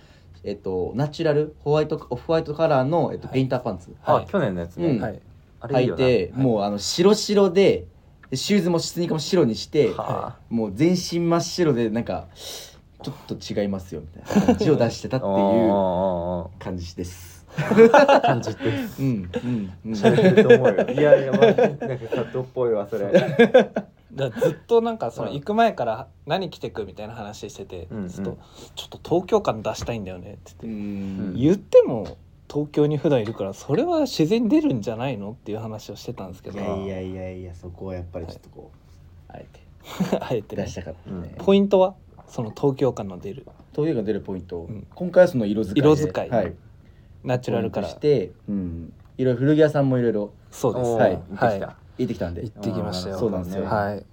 [SPEAKER 2] えっと、ナチュラルホワイトオフホワイトカラーの、えっと、
[SPEAKER 1] はい
[SPEAKER 2] ペインターパンツ、
[SPEAKER 3] あ、
[SPEAKER 1] はい
[SPEAKER 3] 去年のやつね、
[SPEAKER 2] うん
[SPEAKER 1] はい
[SPEAKER 3] あれ
[SPEAKER 2] 履い
[SPEAKER 3] いいよな
[SPEAKER 2] て、もうあの白白ででシューズもスニーカーも白にして、
[SPEAKER 3] は
[SPEAKER 2] もう全身真っ白でなんかちょっと違いますよみたいな感じを出してた
[SPEAKER 3] あ
[SPEAKER 2] って [LAUGHS] いう
[SPEAKER 3] お
[SPEAKER 2] 感じです。
[SPEAKER 3] ーおーおー感じて
[SPEAKER 2] うんうん [LAUGHS] うん
[SPEAKER 3] しゃれてると思うよいやいやまあ [LAUGHS] なんか佐藤っぽいわそれ
[SPEAKER 1] だからずっとなんかその
[SPEAKER 3] うん
[SPEAKER 1] 行く前から何着てくみたいな話してて、
[SPEAKER 3] うんうん
[SPEAKER 1] ずっと「ちょっと東京感出したいんだよね」って言って、
[SPEAKER 2] うん
[SPEAKER 1] 言っても東京に普段いるからそれは自然に出るんじゃないのっていう話をしてたんですけ
[SPEAKER 2] い
[SPEAKER 1] ど
[SPEAKER 2] やいやいやいやそこはやっぱりちょっとこう、あえて
[SPEAKER 1] あえて [LAUGHS] ね
[SPEAKER 2] 出したかったね、
[SPEAKER 1] ポイントはその東京感の出る
[SPEAKER 2] 東映が出るポイント、
[SPEAKER 1] うん
[SPEAKER 2] 今回はその色使いで
[SPEAKER 1] 色使い
[SPEAKER 2] はい、
[SPEAKER 1] ナチュラルから
[SPEAKER 2] ポイントして、うん、いろいろ古着屋さんもいろいろ
[SPEAKER 1] そうです
[SPEAKER 3] おー
[SPEAKER 2] はい行っ
[SPEAKER 3] 行ってきた、
[SPEAKER 2] てきたんで
[SPEAKER 1] 行ってきましたよ
[SPEAKER 3] あー
[SPEAKER 2] そうなんですよ
[SPEAKER 1] はい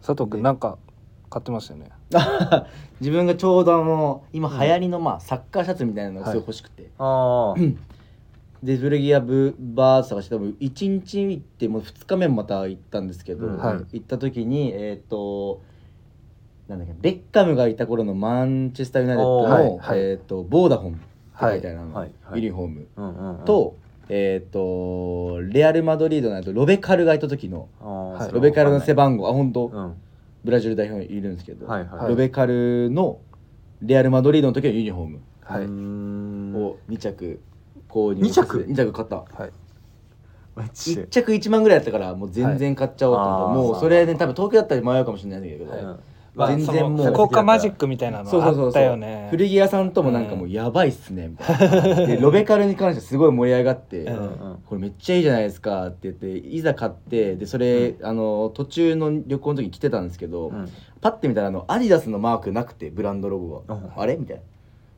[SPEAKER 1] 佐藤君なんか買ってましたよね
[SPEAKER 2] 自分がちょうどあの今流行りの、まあ、サッカーシャツみたいなのがすごい
[SPEAKER 1] はい
[SPEAKER 2] 欲しくて、
[SPEAKER 3] ああ
[SPEAKER 2] で古着屋ブバー探して多分1日行ってもう2日目もまた行ったんですけど、
[SPEAKER 3] うん
[SPEAKER 1] はい
[SPEAKER 2] 行った時にえっ、となんだっけベッカムがいた頃のマンチェスター・ユナイテッドの、
[SPEAKER 1] おーはいはい
[SPEAKER 2] えー、とボーダホンって書いてあるあの、
[SPEAKER 3] はいはい
[SPEAKER 2] ユニフォーム
[SPEAKER 3] うんうんうん
[SPEAKER 2] と,、えっ、とレアル・マドリードのあとロベカルがいた時の
[SPEAKER 3] あー
[SPEAKER 1] はい
[SPEAKER 3] それは
[SPEAKER 2] ロベカルの背番号あ本当、
[SPEAKER 3] わかんない
[SPEAKER 2] ブラジル代表にいるんですけど、
[SPEAKER 3] うんはいはい
[SPEAKER 1] はい
[SPEAKER 2] ロベカルのレアル・マドリードの時のユニフォーム
[SPEAKER 1] はいう
[SPEAKER 3] ーん
[SPEAKER 2] を2着購入
[SPEAKER 3] 二着
[SPEAKER 2] 2着買った
[SPEAKER 1] はい
[SPEAKER 3] マジ
[SPEAKER 2] 1
[SPEAKER 3] で
[SPEAKER 2] 着1万ぐらいだったからもう全然買っちゃおうと思って、
[SPEAKER 3] はいあー
[SPEAKER 2] もうそれで、ね、多分東京だったら迷うかもしれないんだけど、
[SPEAKER 1] はい
[SPEAKER 3] うん
[SPEAKER 1] まあ
[SPEAKER 2] 全然もう
[SPEAKER 1] その福岡マジックみたいなの
[SPEAKER 2] そうそうそうそ
[SPEAKER 1] あ
[SPEAKER 2] う
[SPEAKER 1] ったよね
[SPEAKER 2] 古着屋さんともなんかもうやばいっすねみたいな、でロベカルに関してすごい盛り上がって、
[SPEAKER 1] う
[SPEAKER 3] う
[SPEAKER 1] ん
[SPEAKER 3] んうん
[SPEAKER 2] これめっちゃいいじゃないですかって言っていざ買ってでそれ、あの途中の旅行の時に着てたんですけど、
[SPEAKER 3] うん
[SPEAKER 2] パッて見たらあのアディダスのマークなくてブランドロゴが、
[SPEAKER 3] うん
[SPEAKER 2] あれみたいな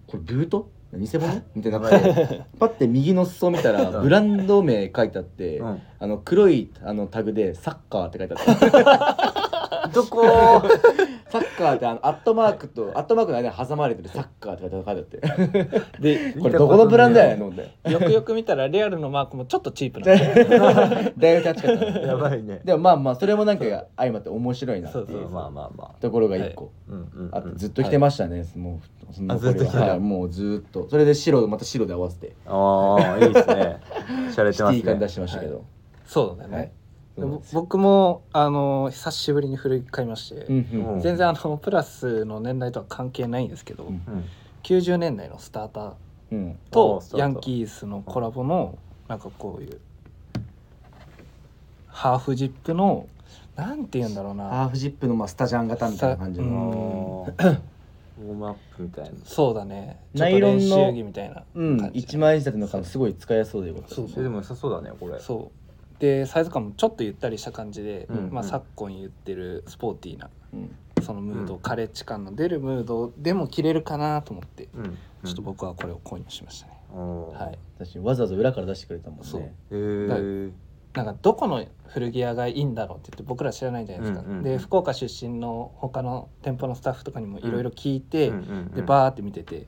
[SPEAKER 2] これブート偽物みたいになってパッて右の裾見たらブランド名書いてあって、
[SPEAKER 3] うん
[SPEAKER 2] [LAUGHS] あの黒いあのタグで「サッカー」って書いてあった
[SPEAKER 3] どこ
[SPEAKER 2] サッカーってあのアットマークとアットマークの間に挟まれてる「サッカー」って書いてあって
[SPEAKER 1] で
[SPEAKER 2] これどこのブランドやねんと思って
[SPEAKER 1] よくよく見たらレアルのマークもちょっとチープなんで
[SPEAKER 2] 大学立ちかったな
[SPEAKER 3] やばいね
[SPEAKER 2] でもまあまあそれもなんか相まって面白いなって
[SPEAKER 1] そう
[SPEAKER 2] い
[SPEAKER 1] そううん
[SPEAKER 2] うん
[SPEAKER 3] まあまあま
[SPEAKER 2] ところが一個
[SPEAKER 3] あうんうんうん
[SPEAKER 2] あってずっと着てましたね、もうその
[SPEAKER 3] あずっと着てた
[SPEAKER 2] はいもうずっとそれで白また白で合わせて
[SPEAKER 3] ああいいで
[SPEAKER 2] [LAUGHS]
[SPEAKER 3] すね洒落
[SPEAKER 2] シテ
[SPEAKER 3] てます
[SPEAKER 2] ィ
[SPEAKER 3] ね
[SPEAKER 2] 感出してましたけど、
[SPEAKER 1] そうだね、
[SPEAKER 2] はい
[SPEAKER 1] でぼ僕もあの久しぶりに古着買いまして、
[SPEAKER 2] うんうん
[SPEAKER 3] うん
[SPEAKER 1] 全然あのプラスの年代とは関係ないんですけど、
[SPEAKER 2] うん
[SPEAKER 3] うん
[SPEAKER 1] 90年代のスターター
[SPEAKER 2] うん
[SPEAKER 3] おー
[SPEAKER 1] と
[SPEAKER 3] スターター
[SPEAKER 1] ヤンキースのコラボのなんかこういうハーフジップのなんて言うんだろう
[SPEAKER 2] ハ
[SPEAKER 1] な
[SPEAKER 2] ーフジップのまあスタジャン型みたいな感じ
[SPEAKER 1] うん
[SPEAKER 3] あ
[SPEAKER 2] の、
[SPEAKER 3] ーウォームアップみたいな
[SPEAKER 1] そうだね
[SPEAKER 2] ナイロンの
[SPEAKER 1] ちょっと練習着みたいな
[SPEAKER 2] うん
[SPEAKER 1] 感じ
[SPEAKER 2] 一枚印刷の感じすごい使いやすそうでよかったですね
[SPEAKER 3] それでも良さそうだねこれ
[SPEAKER 1] そうでサイズ感もちょっとゆったりした感じで、
[SPEAKER 3] うん
[SPEAKER 1] まあ、
[SPEAKER 3] うん
[SPEAKER 1] 昨今言ってるスポーティーな
[SPEAKER 2] うん
[SPEAKER 1] そのムード、カレッジ感の出るムードでも着れるかなと思ってち
[SPEAKER 3] うんうん
[SPEAKER 1] ょっと僕はこれを購入しましたね、
[SPEAKER 3] おー
[SPEAKER 1] はい
[SPEAKER 2] 確かにわざわざ裏から出してくれたもん
[SPEAKER 1] そう
[SPEAKER 2] ね
[SPEAKER 3] えー
[SPEAKER 1] なんかどこの古着屋がいいんだろうって言って僕ら知らないじゃないですか、
[SPEAKER 3] うんうん
[SPEAKER 1] で福岡出身の他の店舗のスタッフとかにもいろいろ聞いて、
[SPEAKER 3] うんうんうん
[SPEAKER 1] でバーって見てて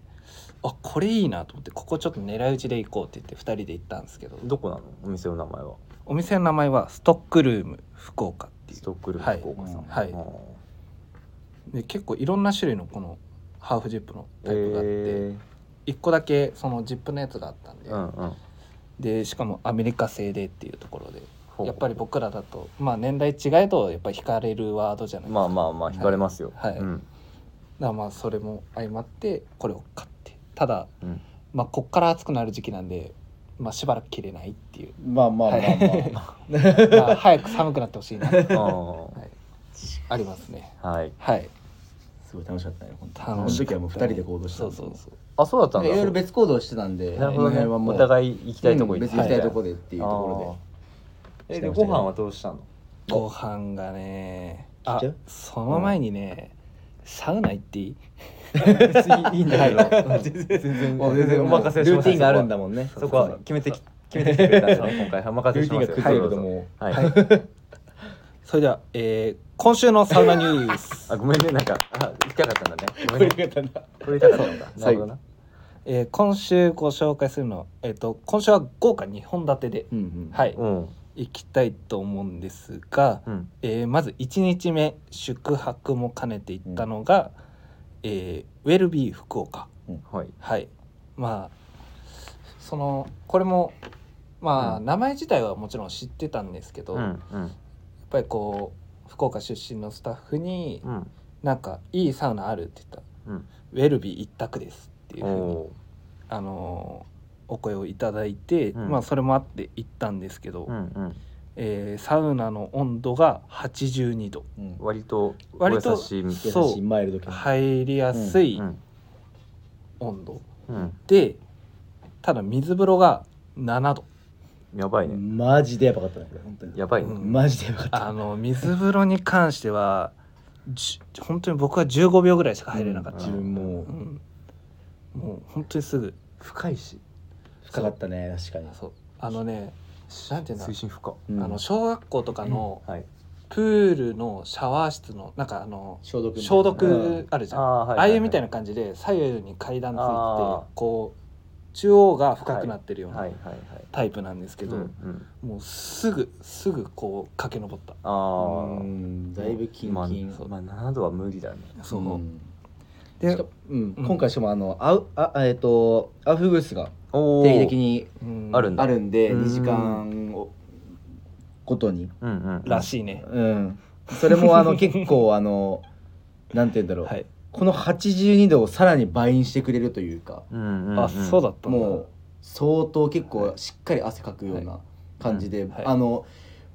[SPEAKER 1] あこれいいなと思ってここちょっと狙い撃ちで行こうって言って2人で行ったんですけど
[SPEAKER 3] どこなのお店の名前は
[SPEAKER 1] お店の名前はストックルーム福岡ってい
[SPEAKER 3] ス
[SPEAKER 1] う
[SPEAKER 3] トックルーム福岡さん
[SPEAKER 1] はい
[SPEAKER 3] あー
[SPEAKER 1] で結構いろんな種類のこのハーフジップのタイプがあって、
[SPEAKER 3] え
[SPEAKER 1] 1個だけそのジップのやつがあったんで、
[SPEAKER 3] ーうんうん
[SPEAKER 1] でしかもアメリカ製でっていうところで
[SPEAKER 3] ほう
[SPEAKER 1] やっぱり僕らだとまあ年代違えどやっぱり惹かれるワードじゃないですか、
[SPEAKER 3] まあまあまあ惹かれますよ
[SPEAKER 1] はい
[SPEAKER 3] うん
[SPEAKER 1] だからまあそれも相まってこれを買ってただ、
[SPEAKER 3] うん
[SPEAKER 1] まあこっから暑くなる時期なんで、まあ、しばらく着れないっていう
[SPEAKER 2] まあまあまあまあ
[SPEAKER 1] だから早く寒くなってほしいな
[SPEAKER 3] あー
[SPEAKER 1] ありますね
[SPEAKER 3] はい
[SPEAKER 1] はい
[SPEAKER 2] [LAUGHS] すごい楽しかったね本当
[SPEAKER 1] 楽しか
[SPEAKER 2] そ
[SPEAKER 1] った
[SPEAKER 2] の時はもう二人で行動して
[SPEAKER 1] そ
[SPEAKER 2] たん
[SPEAKER 1] う
[SPEAKER 2] で
[SPEAKER 1] そうそう
[SPEAKER 3] あそうだったん
[SPEAKER 2] で
[SPEAKER 3] だ
[SPEAKER 2] いろいろ別行動してたんで
[SPEAKER 3] なるほど
[SPEAKER 2] この
[SPEAKER 3] ね
[SPEAKER 2] 辺はもう
[SPEAKER 3] お互い行きたいとこ
[SPEAKER 2] うん
[SPEAKER 3] 行
[SPEAKER 2] 別
[SPEAKER 3] って
[SPEAKER 2] に行きたいとこ
[SPEAKER 3] っ
[SPEAKER 2] でって
[SPEAKER 3] て
[SPEAKER 2] いうとこ
[SPEAKER 3] で
[SPEAKER 2] ろで
[SPEAKER 3] えでご飯はどうしたの
[SPEAKER 1] ご飯がね
[SPEAKER 2] 聞い
[SPEAKER 1] あ
[SPEAKER 2] ちゃう
[SPEAKER 1] その前にね、サウナ行っていい
[SPEAKER 3] いいんだけ [LAUGHS] ど
[SPEAKER 2] 全
[SPEAKER 3] 然
[SPEAKER 2] もう全然
[SPEAKER 3] お任せし
[SPEAKER 2] ルー
[SPEAKER 3] ます
[SPEAKER 2] ティンがあるんだもんね
[SPEAKER 3] そこは決めてき決めてきてくれたんですね今回は任
[SPEAKER 2] ル
[SPEAKER 3] せ
[SPEAKER 2] ー
[SPEAKER 3] し
[SPEAKER 2] ティン
[SPEAKER 3] ま
[SPEAKER 2] が
[SPEAKER 3] す
[SPEAKER 2] 崩
[SPEAKER 3] よ
[SPEAKER 2] れると
[SPEAKER 3] はい
[SPEAKER 2] も
[SPEAKER 3] はい、
[SPEAKER 1] それでは、えー今週のサウナニュース
[SPEAKER 3] [LAUGHS] あごめんねなんかあ行きたかったんだね
[SPEAKER 2] う
[SPEAKER 3] ご
[SPEAKER 2] こ
[SPEAKER 3] め
[SPEAKER 2] れ
[SPEAKER 3] んね
[SPEAKER 2] がただ
[SPEAKER 3] これ行きたかったん [LAUGHS] だな
[SPEAKER 2] 最後
[SPEAKER 3] るほどな
[SPEAKER 1] えー今週ご紹介するのは、えー、と今週は豪華2本立てで、
[SPEAKER 2] うんうん
[SPEAKER 1] はい
[SPEAKER 3] うん
[SPEAKER 1] 行きたいと思うんですが、
[SPEAKER 3] うん
[SPEAKER 1] えーまず1日目宿泊も兼ねて行ったのが、えーウェルビー福岡
[SPEAKER 3] はい
[SPEAKER 1] はいまあそのこれもまあ、
[SPEAKER 3] うん
[SPEAKER 1] 名前自体はもちろん知ってたんですけど、
[SPEAKER 3] う
[SPEAKER 1] やっ
[SPEAKER 3] んうん
[SPEAKER 1] ぱりこう福岡出身のスタッフに
[SPEAKER 3] うん
[SPEAKER 1] 「なんかいいサウナある?」って言ったら
[SPEAKER 3] うん
[SPEAKER 1] 「ウェルビー一択です」っていうふうに
[SPEAKER 3] お
[SPEAKER 1] あのーお声をいただいて、
[SPEAKER 3] うん
[SPEAKER 1] まあそれもあって行ったんですけど、
[SPEAKER 3] ーうんうん
[SPEAKER 1] えーサウナの温度が82度
[SPEAKER 2] うん
[SPEAKER 3] 割とお優
[SPEAKER 1] 割と
[SPEAKER 3] しいみ
[SPEAKER 2] 優
[SPEAKER 1] そ
[SPEAKER 2] しいうマイルド系
[SPEAKER 1] 入りやすい
[SPEAKER 3] うん
[SPEAKER 1] 温度、
[SPEAKER 3] うん
[SPEAKER 1] でただ水風呂が7度
[SPEAKER 3] やばいね
[SPEAKER 2] マジでやばかったねこれ本当に
[SPEAKER 3] やばいね
[SPEAKER 1] うん
[SPEAKER 2] マジでやばかっ
[SPEAKER 1] あ
[SPEAKER 3] [LAUGHS]
[SPEAKER 1] の水風呂に関してはじゅ本当に僕は15秒ぐらいしか
[SPEAKER 2] た
[SPEAKER 1] 入れなかった、
[SPEAKER 2] 自分も
[SPEAKER 1] うんもう本当にすぐ
[SPEAKER 3] 深いし
[SPEAKER 2] 深かったね確かに
[SPEAKER 1] そうあのねなんていうんだ
[SPEAKER 3] 水深深
[SPEAKER 2] うん
[SPEAKER 1] あの小学校とかの
[SPEAKER 3] はい
[SPEAKER 1] プールのシャワー室のなんかあの
[SPEAKER 2] 消毒みたいな
[SPEAKER 1] 消
[SPEAKER 2] うん
[SPEAKER 1] 毒あるじゃん
[SPEAKER 3] あーはい
[SPEAKER 1] ああ
[SPEAKER 3] は
[SPEAKER 1] いう
[SPEAKER 3] い
[SPEAKER 1] みたいな感じで左右に階段つい
[SPEAKER 3] あ
[SPEAKER 1] てこう中央が深くなってるよう
[SPEAKER 3] は
[SPEAKER 1] ない
[SPEAKER 3] はいはい
[SPEAKER 1] タイプなんですけ
[SPEAKER 3] け
[SPEAKER 1] ど、
[SPEAKER 3] うんうん
[SPEAKER 1] もうすぐすぐこう駆け上った
[SPEAKER 3] あ
[SPEAKER 2] う
[SPEAKER 3] あ
[SPEAKER 2] んだいぶキン
[SPEAKER 3] まあ
[SPEAKER 2] キン
[SPEAKER 3] まあ7度は無理だね
[SPEAKER 1] そう、
[SPEAKER 2] ん
[SPEAKER 1] で
[SPEAKER 2] しかもうん
[SPEAKER 1] うん
[SPEAKER 2] 今回しかもあのアウああえっとアウフグースが
[SPEAKER 3] おー
[SPEAKER 2] 定期的に
[SPEAKER 1] うん
[SPEAKER 3] あるんだ
[SPEAKER 2] あるんで
[SPEAKER 3] うん
[SPEAKER 2] 2時間をごとに
[SPEAKER 3] うんうん
[SPEAKER 1] らしいね、
[SPEAKER 2] うんそれもあの結構あのなんて言うんだろう、
[SPEAKER 1] はい、
[SPEAKER 2] この82度をさらに倍にしてくれるというか
[SPEAKER 3] うんうんうん
[SPEAKER 1] あそうだったんだ
[SPEAKER 2] もう相当結構しっかり汗かくような感じで、
[SPEAKER 1] うんはい
[SPEAKER 2] あの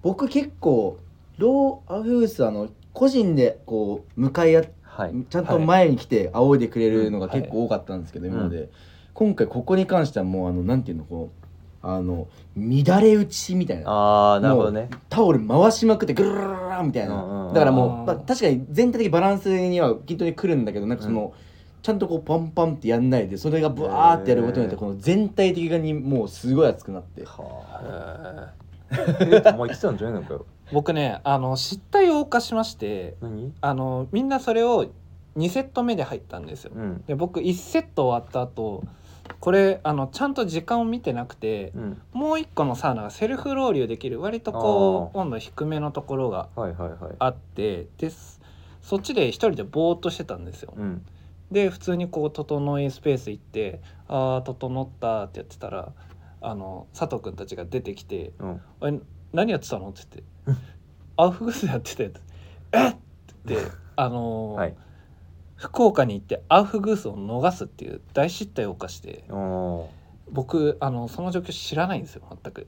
[SPEAKER 2] 僕結構ローアウフグースあの個人でこう向かい合って
[SPEAKER 3] はい
[SPEAKER 2] ちゃんと前に来て仰いでくれるのが結構多かったんですけど、
[SPEAKER 3] はい
[SPEAKER 2] 今まで、今回ここに関してはもうあのなんていうのこうあの乱れ打ちみたいな
[SPEAKER 3] ああなるほどね
[SPEAKER 2] タオル回しまくってぐるるるるるみたい
[SPEAKER 3] うんうんう
[SPEAKER 2] なんだからも
[SPEAKER 1] あー
[SPEAKER 2] う、まあ、確かに全体的バランスには均等に来るんだけどなんかその、ちゃんとこうパンパンってやんないでそれがブワーってやることによって
[SPEAKER 3] へー
[SPEAKER 2] この全体的にもうすごい熱くなって
[SPEAKER 3] は
[SPEAKER 1] へ
[SPEAKER 3] あえーお前来てたんじゃないの
[SPEAKER 2] [LAUGHS]
[SPEAKER 3] かよ
[SPEAKER 1] ー僕ねあの失態を犯しまして
[SPEAKER 3] 何
[SPEAKER 1] あのみんなそれを2セット目で入ったんですよ
[SPEAKER 3] うん
[SPEAKER 1] で僕1セット終わった後これあのちゃんと時間を見てなくて
[SPEAKER 3] うん
[SPEAKER 1] もう一個のサウナがセルフロウリュできる割とこう温度低めのところが
[SPEAKER 3] はいはいはい
[SPEAKER 1] あってですそっちで一人でぼーっとしてたんですよ、
[SPEAKER 3] うん
[SPEAKER 1] で普通にこう整いスペース行って「ああ整った」ってやってたらあの佐藤君たちが出てきて
[SPEAKER 3] うん
[SPEAKER 1] 「あれ何やってたの?」って言って「アウフグースやってたやつ」えっ!」って言ってあのー
[SPEAKER 3] はい
[SPEAKER 1] 福岡に行ってアウフグースを逃すっていう大失態を犯して
[SPEAKER 3] おお
[SPEAKER 1] 僕あのその状況知らないんですよ全く。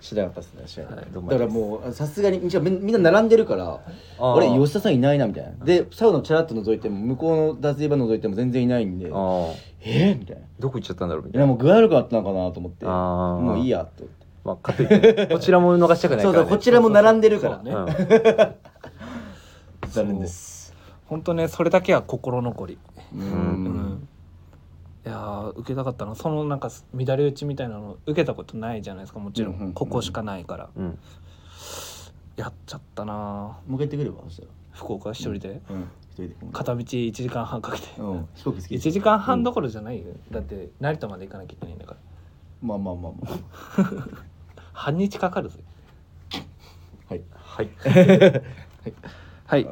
[SPEAKER 2] 知らなかったですね知らなかっ
[SPEAKER 1] はい
[SPEAKER 3] どう
[SPEAKER 2] た
[SPEAKER 3] も
[SPEAKER 2] だからもうさすがにみみんな並んでるから
[SPEAKER 3] あ
[SPEAKER 2] あれ
[SPEAKER 3] ー
[SPEAKER 2] 吉田さんいないなみたいなでサウナチャラッと覗いても向こうの脱衣場覗いても全然いないんで
[SPEAKER 3] ああ
[SPEAKER 2] えーみたいな
[SPEAKER 3] どこ行っちゃったんだろうみ
[SPEAKER 2] い
[SPEAKER 3] たい
[SPEAKER 2] や
[SPEAKER 3] な
[SPEAKER 2] もう具合悪くなったのかなと思っても
[SPEAKER 3] ああ
[SPEAKER 2] ういい
[SPEAKER 3] や
[SPEAKER 2] やと思って
[SPEAKER 3] まあかといってねこちらも逃したくない
[SPEAKER 2] そ
[SPEAKER 3] か
[SPEAKER 2] う
[SPEAKER 3] ら
[SPEAKER 2] そう
[SPEAKER 3] ね
[SPEAKER 2] こちらも並んでるから
[SPEAKER 1] そう
[SPEAKER 3] うん
[SPEAKER 2] 残念です
[SPEAKER 1] 本当ねそれだけは心残り、
[SPEAKER 2] う
[SPEAKER 1] うんいやー受けたかったなそのなんか乱れ打ちみたいなの受けたことないじゃないですかもちろん,、
[SPEAKER 2] うんうんうん
[SPEAKER 1] ここしかないから
[SPEAKER 3] うん
[SPEAKER 1] やっちゃったな
[SPEAKER 2] もう一回行ってくればそしたら
[SPEAKER 1] 福岡一人で、
[SPEAKER 2] うん一人で今度
[SPEAKER 1] 片道1時間半かけて、
[SPEAKER 2] うん飛行機好き
[SPEAKER 1] 1時間半どころじゃないよ、だって成田まで行かなきゃいけないんだから
[SPEAKER 2] まあまあまあまあ
[SPEAKER 1] 半日かかるぜ
[SPEAKER 2] はい [LAUGHS]
[SPEAKER 3] はい
[SPEAKER 1] はい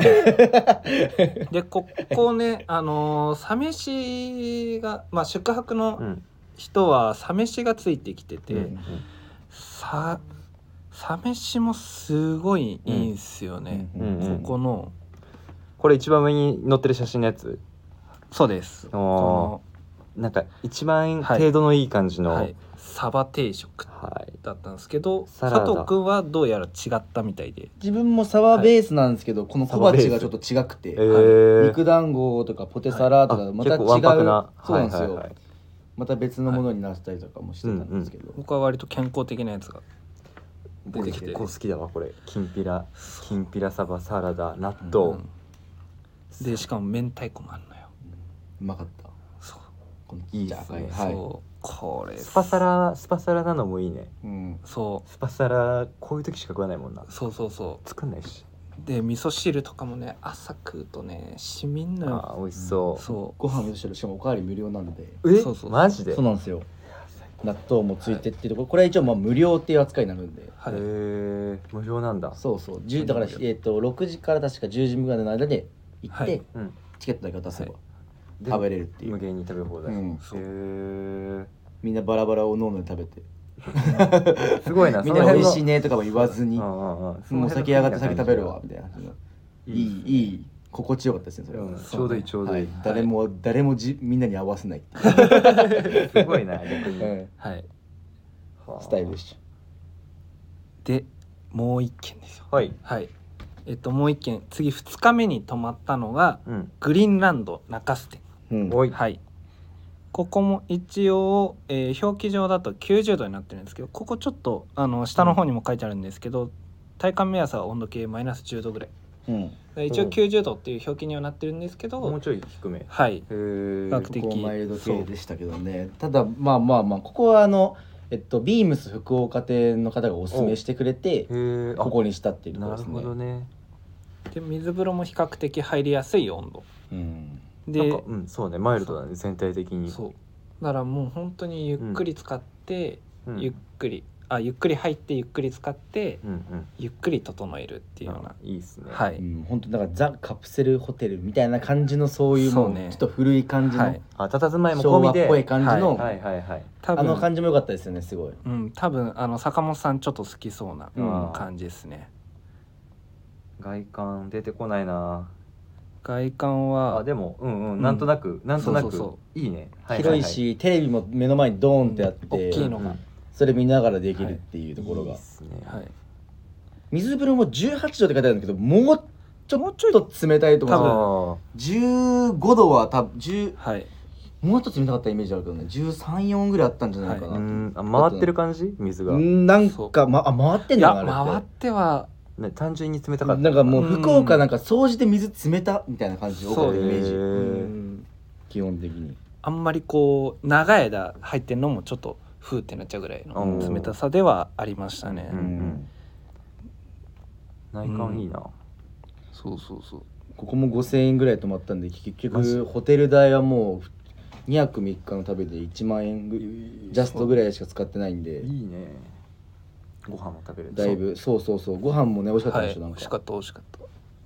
[SPEAKER 1] でここねあのーサ飯がまあ宿泊
[SPEAKER 3] う
[SPEAKER 1] の
[SPEAKER 3] ん
[SPEAKER 1] 人はサ飯がついてきてて、
[SPEAKER 2] うん
[SPEAKER 1] さサ飯もすごいいいんすよね、
[SPEAKER 2] う
[SPEAKER 3] うんんうん
[SPEAKER 1] ここの
[SPEAKER 3] これ一番上に載ってる写真のやつ
[SPEAKER 1] そうです
[SPEAKER 3] おー
[SPEAKER 1] こ
[SPEAKER 3] なんか一番
[SPEAKER 1] はい
[SPEAKER 3] 程度のいい感じ
[SPEAKER 1] の、
[SPEAKER 3] の
[SPEAKER 1] は
[SPEAKER 3] はい
[SPEAKER 1] い、サバ定食だったんですけど
[SPEAKER 3] サラダ
[SPEAKER 1] 佐藤君はどうやら違ったみたいで
[SPEAKER 2] 自分もサワーベースなんですけど、この小鉢がちょっと違くて、
[SPEAKER 3] えー
[SPEAKER 2] 肉団子とかポテサラとか
[SPEAKER 3] あ
[SPEAKER 2] また違う、
[SPEAKER 3] 結構わんぱくな
[SPEAKER 2] そうなんですよ、
[SPEAKER 3] はいはいはい
[SPEAKER 2] また別のものになったりとかもしてたんですけど、
[SPEAKER 1] 僕は割と健康的なやつが出
[SPEAKER 3] 僕
[SPEAKER 1] てきて
[SPEAKER 3] 結構好きだわこれきんぴらきんぴらサバサラダ納
[SPEAKER 2] そ
[SPEAKER 3] 豆、
[SPEAKER 1] うんでしかも明太子もあんのよ
[SPEAKER 2] うまかった
[SPEAKER 1] そう
[SPEAKER 2] この
[SPEAKER 3] いいっすね
[SPEAKER 2] 赤いは
[SPEAKER 1] そうこれ
[SPEAKER 3] スパサラスパサラなのもいいね
[SPEAKER 2] い、うん、
[SPEAKER 1] そ
[SPEAKER 3] スパサラこういう時しか食わないもんな
[SPEAKER 1] うそうそうそ
[SPEAKER 3] 作んないし
[SPEAKER 1] うで味噌汁とかもね朝食うとねしみんのよ
[SPEAKER 3] あー美味しそ
[SPEAKER 1] そ
[SPEAKER 2] ご飯用意してるしかもおかわり無料なんで
[SPEAKER 3] うえ
[SPEAKER 1] そうそう
[SPEAKER 3] マジで
[SPEAKER 2] そうなんですよ納豆もついてっていうところこれは一応まあ無料っていう扱いになるんで
[SPEAKER 1] うは
[SPEAKER 3] へ
[SPEAKER 1] い
[SPEAKER 3] え無料なんだ
[SPEAKER 2] そうそうじゅだから、え
[SPEAKER 1] 無料
[SPEAKER 2] ー、と6時から確か10時ぐらいの間で行って、
[SPEAKER 1] はい
[SPEAKER 3] うん
[SPEAKER 2] チケットだけ渡せば
[SPEAKER 1] は
[SPEAKER 3] で
[SPEAKER 2] 食べれるっていう、
[SPEAKER 3] 無限に食べ放題、
[SPEAKER 2] うん
[SPEAKER 1] そう
[SPEAKER 3] へ
[SPEAKER 2] みんなバラバラを飲んで食べて
[SPEAKER 3] えすごいな
[SPEAKER 2] みんな美味しい
[SPEAKER 3] ね
[SPEAKER 2] ねとかも言わずに、もう先上がって先食べるわみたいな感じのいいいい心地よかったですねそれは、
[SPEAKER 3] うんちょうどいいちょうどいい
[SPEAKER 2] は誰も、誰もじみんなに合わせないってい
[SPEAKER 3] すごいな逆に、
[SPEAKER 2] う、
[SPEAKER 1] はい
[SPEAKER 2] スタイルでし
[SPEAKER 1] でもう一軒ですよ
[SPEAKER 3] はい
[SPEAKER 1] はいえっともう一軒次2日目に泊まったのが
[SPEAKER 3] うん
[SPEAKER 1] グリーンランド中洲店
[SPEAKER 2] ょ、うん
[SPEAKER 3] おい
[SPEAKER 1] はいここも一応、えー表記上だと90度になってるんですけどここちょっとあの下の方にも書いてあるんですけど、体感目安は温度計マイナス10度ぐらい
[SPEAKER 2] うん、
[SPEAKER 1] で一応
[SPEAKER 3] うん
[SPEAKER 1] 90度っていう表記にはなってるんですけど、
[SPEAKER 3] もうちょい低めへ
[SPEAKER 1] はい
[SPEAKER 3] え
[SPEAKER 1] あ
[SPEAKER 2] ここマイルド系でしたけどねただまあまあまあここはあのえっとビームス福岡店の方がおすすめしてくれて
[SPEAKER 3] へえ
[SPEAKER 2] ここにしたっていうとこ
[SPEAKER 3] な
[SPEAKER 2] ろ
[SPEAKER 3] る
[SPEAKER 2] です
[SPEAKER 3] ほ
[SPEAKER 2] ね
[SPEAKER 3] どね
[SPEAKER 1] で水風呂も比較的入りやすい温度
[SPEAKER 2] うん
[SPEAKER 3] なん
[SPEAKER 1] で
[SPEAKER 3] かうんそうねマイルドだね全体的に
[SPEAKER 1] そうだからもう本当にゆっくり使って、
[SPEAKER 3] うん
[SPEAKER 1] ゆっくりあゆっくり入ってゆっくり使って
[SPEAKER 3] うんうん
[SPEAKER 1] ゆっくり整えるっていうような、
[SPEAKER 3] あいいっすね
[SPEAKER 1] は
[SPEAKER 2] う
[SPEAKER 1] い、
[SPEAKER 2] ん、本当だからザ・カプセルホテルみたいな感じのそういうも
[SPEAKER 1] そううね
[SPEAKER 2] ちょっと古い感じの、
[SPEAKER 1] はい
[SPEAKER 3] あ佇まいも込
[SPEAKER 2] 昭和
[SPEAKER 3] み
[SPEAKER 2] っ
[SPEAKER 3] で
[SPEAKER 2] ぽい感じの、
[SPEAKER 3] はいはいはい
[SPEAKER 1] 多
[SPEAKER 2] あ
[SPEAKER 1] 分
[SPEAKER 2] の感じも良かったですよねすごい
[SPEAKER 1] うん、多分あの坂本さんちょっと好きそうな
[SPEAKER 2] うん
[SPEAKER 1] 感じですね。
[SPEAKER 3] 外観出てこないな
[SPEAKER 1] 外観
[SPEAKER 3] あ
[SPEAKER 1] は
[SPEAKER 3] でもうんうんなんとなくなんとな
[SPEAKER 1] そうそう
[SPEAKER 3] く
[SPEAKER 1] そ
[SPEAKER 3] いいねはは
[SPEAKER 2] 広いしテレビも目の前にドーンってあって、
[SPEAKER 1] うん大きいの
[SPEAKER 3] うん
[SPEAKER 1] が、
[SPEAKER 2] それ見ながらできるっていうところが、
[SPEAKER 3] いいっすね
[SPEAKER 1] はい、
[SPEAKER 2] 水風呂も18度って書いてあるんだけどもうちょっと冷たいと
[SPEAKER 1] 多分
[SPEAKER 2] か
[SPEAKER 3] あ
[SPEAKER 2] 15度は多分10
[SPEAKER 1] はい、
[SPEAKER 2] もうちょっと冷たかったイメージあるけどね134ぐらいあったんじゃないか
[SPEAKER 3] ー
[SPEAKER 2] な、
[SPEAKER 1] は
[SPEAKER 3] うんあ回ってる感じ水が
[SPEAKER 2] うんなんか、ま、あ回ってん
[SPEAKER 1] い
[SPEAKER 2] だ
[SPEAKER 1] や
[SPEAKER 2] な
[SPEAKER 1] 回
[SPEAKER 2] あ
[SPEAKER 1] っ
[SPEAKER 2] れって
[SPEAKER 1] ては
[SPEAKER 3] ね単純に冷たかった
[SPEAKER 2] なんかもう
[SPEAKER 1] うん
[SPEAKER 2] 福岡なんか掃除で水冷たみたいな感じ多かったイメージ、
[SPEAKER 3] そう
[SPEAKER 1] う
[SPEAKER 3] へー
[SPEAKER 1] ん
[SPEAKER 2] 基本的に
[SPEAKER 1] あんまりこう長い間入ってんのもちょっとふーってなっちゃうぐらいの
[SPEAKER 3] うん
[SPEAKER 1] 冷たさではありましたね。
[SPEAKER 3] うんうん内観いいな
[SPEAKER 1] そうそうそう。
[SPEAKER 2] ここも5000円ぐらい泊まったんで結
[SPEAKER 3] マジ
[SPEAKER 2] 局ホテル代はもう2泊3日の旅で1万円ぐジャストぐらいしか使ってないんで
[SPEAKER 3] いいねご飯も食べれる
[SPEAKER 2] だいぶそうそうそうご飯もね美味しかった
[SPEAKER 1] は
[SPEAKER 2] んで
[SPEAKER 1] い、
[SPEAKER 2] しょ、
[SPEAKER 1] 美
[SPEAKER 2] なん
[SPEAKER 1] 味しか
[SPEAKER 2] か
[SPEAKER 1] った美味しかった。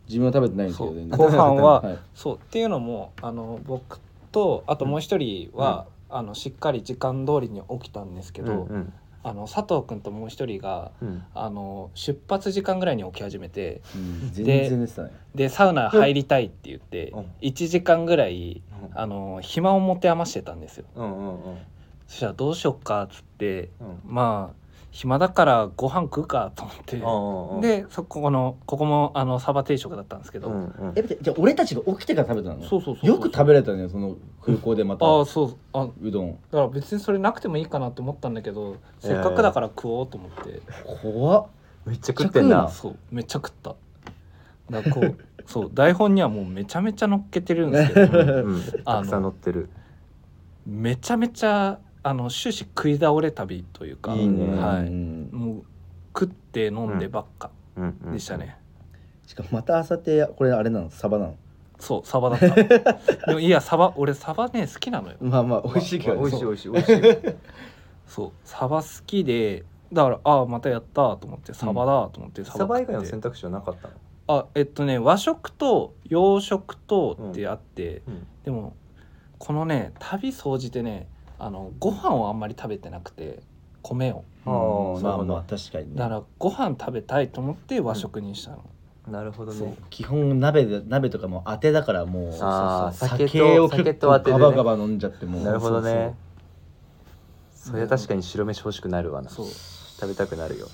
[SPEAKER 2] 自分は食べてないんです
[SPEAKER 1] そ
[SPEAKER 2] けど
[SPEAKER 1] う
[SPEAKER 2] 全然
[SPEAKER 1] ご飯は、
[SPEAKER 2] [LAUGHS] はい
[SPEAKER 1] そうっていうのもあの僕とあともう一人は、あのしっかり時間通りに起きたんですけ
[SPEAKER 3] け
[SPEAKER 1] ど、
[SPEAKER 3] うん
[SPEAKER 1] あの佐藤君ともう一人が
[SPEAKER 3] うん
[SPEAKER 1] あの出発時間ぐらいに起き始めて
[SPEAKER 2] うん全然でしたね
[SPEAKER 1] でサウナ入りたいって言って
[SPEAKER 3] うん
[SPEAKER 1] 1時間ぐらい
[SPEAKER 3] うん
[SPEAKER 1] あの暇を持て余してたんですよ
[SPEAKER 3] うんうんうん
[SPEAKER 1] そしたらどうしよっかっつって
[SPEAKER 3] うん
[SPEAKER 1] まあ暇だからご飯食うかと思
[SPEAKER 3] あ
[SPEAKER 1] っ
[SPEAKER 3] あ
[SPEAKER 1] てでそこのここもあのサバ定食だったんですけ
[SPEAKER 3] う
[SPEAKER 1] ど
[SPEAKER 3] んうん
[SPEAKER 2] え待ってじゃあ俺たちが起きてから食べたの
[SPEAKER 1] そうそうそうそう
[SPEAKER 2] よく食べれたねその空港でまた
[SPEAKER 1] ああそうあ
[SPEAKER 2] うどん
[SPEAKER 1] だから別にそれなくてもいいかなと思ったんだけどせっかくだから食おうと思って
[SPEAKER 2] 怖っ
[SPEAKER 3] めっちゃ食ってんな
[SPEAKER 2] あ
[SPEAKER 1] そうめっちゃ食っただからこう [LAUGHS] そう台本にはもうめちゃめちゃ乗っけてるんですけ
[SPEAKER 3] う
[SPEAKER 2] [LAUGHS]
[SPEAKER 1] ど
[SPEAKER 3] んうんたくさん乗ってる
[SPEAKER 1] めちゃめちゃあの終始食い倒れ旅というか
[SPEAKER 2] いいね、
[SPEAKER 1] はい
[SPEAKER 2] うん
[SPEAKER 1] もう食って飲んでばっか
[SPEAKER 3] うんうん
[SPEAKER 1] でしたね、
[SPEAKER 2] しかもまた朝ってこれあれなのサバなの
[SPEAKER 1] そうサバだった [LAUGHS] でもいやサバ俺サバね好きなのよ
[SPEAKER 2] まあまあ美味しいけど、ね
[SPEAKER 3] 美味しい美味しい美味しい
[SPEAKER 1] そうサバ好きでだからああまたやったと思ってサバだと思って
[SPEAKER 3] サバ以外
[SPEAKER 1] 食っ
[SPEAKER 3] の
[SPEAKER 1] て
[SPEAKER 3] 選択肢はなかったの
[SPEAKER 1] あえっとね和食と洋食とってあって、
[SPEAKER 3] うん
[SPEAKER 1] でもこのね旅総じてねあのご飯をあんまり食べてなくて米を
[SPEAKER 3] あ
[SPEAKER 2] うん
[SPEAKER 3] ー
[SPEAKER 2] まあ
[SPEAKER 3] なるほど
[SPEAKER 2] まあ確かにね
[SPEAKER 1] だからご飯食べたいと思って和食にしたの、
[SPEAKER 3] なるほど
[SPEAKER 2] そ
[SPEAKER 3] ね
[SPEAKER 2] う基本鍋で鍋とかも当てだからもう
[SPEAKER 3] あー
[SPEAKER 2] そうそうそう
[SPEAKER 3] 酒と
[SPEAKER 2] 酒を
[SPEAKER 3] 酒
[SPEAKER 2] 結
[SPEAKER 3] と
[SPEAKER 2] 構
[SPEAKER 3] 当て
[SPEAKER 2] ガ
[SPEAKER 3] でね
[SPEAKER 2] バガバ飲んじゃってもう
[SPEAKER 3] なるほ
[SPEAKER 2] そ
[SPEAKER 3] ど
[SPEAKER 2] うそう
[SPEAKER 3] ねそれは確かに白飯欲しくなるわな
[SPEAKER 1] そう
[SPEAKER 3] 食べたくなるよ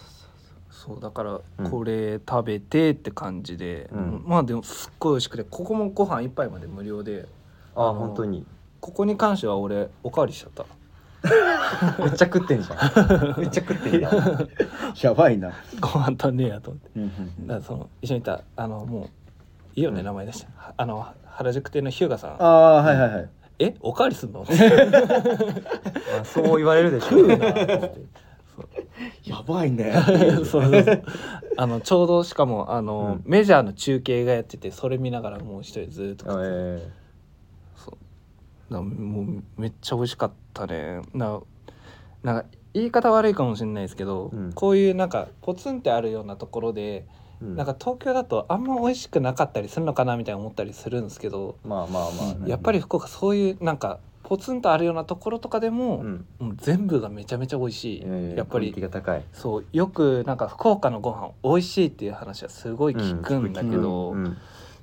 [SPEAKER 1] そうだから
[SPEAKER 3] うん
[SPEAKER 1] これ食べてって感じで、
[SPEAKER 3] うん
[SPEAKER 1] まあでもすっごい美味しくてここもご飯一杯まで無料で
[SPEAKER 3] あ
[SPEAKER 1] あの
[SPEAKER 3] ー本当に
[SPEAKER 1] ここに関しては俺おかわりしちゃった
[SPEAKER 3] めっちゃ食ってん [LAUGHS] じゃんめっちゃ食ってんじゃん
[SPEAKER 2] [LAUGHS] やばいな、
[SPEAKER 1] ご飯足んねえやと思って
[SPEAKER 2] うんうん
[SPEAKER 1] だからその一緒にいたあのもういいよね、
[SPEAKER 3] うん
[SPEAKER 1] 名前出してはあの原宿店の日向さ
[SPEAKER 2] あ
[SPEAKER 1] ん
[SPEAKER 2] あはいはいはい
[SPEAKER 1] えおかわりすんの
[SPEAKER 3] まあそう言われるでしょ
[SPEAKER 1] [LAUGHS] 食うなって
[SPEAKER 2] やばいね
[SPEAKER 1] [LAUGHS] そうそうそうあのちょうどしかもあの、
[SPEAKER 3] うん
[SPEAKER 1] メジャーの中継がやっててそれ見ながらもう一人ずーっと食ってて
[SPEAKER 3] ええ
[SPEAKER 1] そうだもうめっちゃ美味しかったねななんか言い方悪いかもしれないですけど、
[SPEAKER 3] うん
[SPEAKER 1] こういうなんかポツンってあるようなところで、
[SPEAKER 3] うん
[SPEAKER 1] なんか東京だとあんま美味しくなかったりするのかなみたいな思ったりするんですけど、
[SPEAKER 3] まあまあまあ
[SPEAKER 2] うん
[SPEAKER 3] ね
[SPEAKER 1] やっぱり福岡そういうなんかポツンとあるようなところとかでも、
[SPEAKER 3] うん
[SPEAKER 1] もう全部がめちゃめちゃ美味しい、
[SPEAKER 3] ええ
[SPEAKER 1] やっぱ
[SPEAKER 3] クオリ
[SPEAKER 1] り
[SPEAKER 3] ティが高い
[SPEAKER 1] そうよくなんか福岡のご飯美味しいっていう話はすごい聞くんだけど、
[SPEAKER 3] うん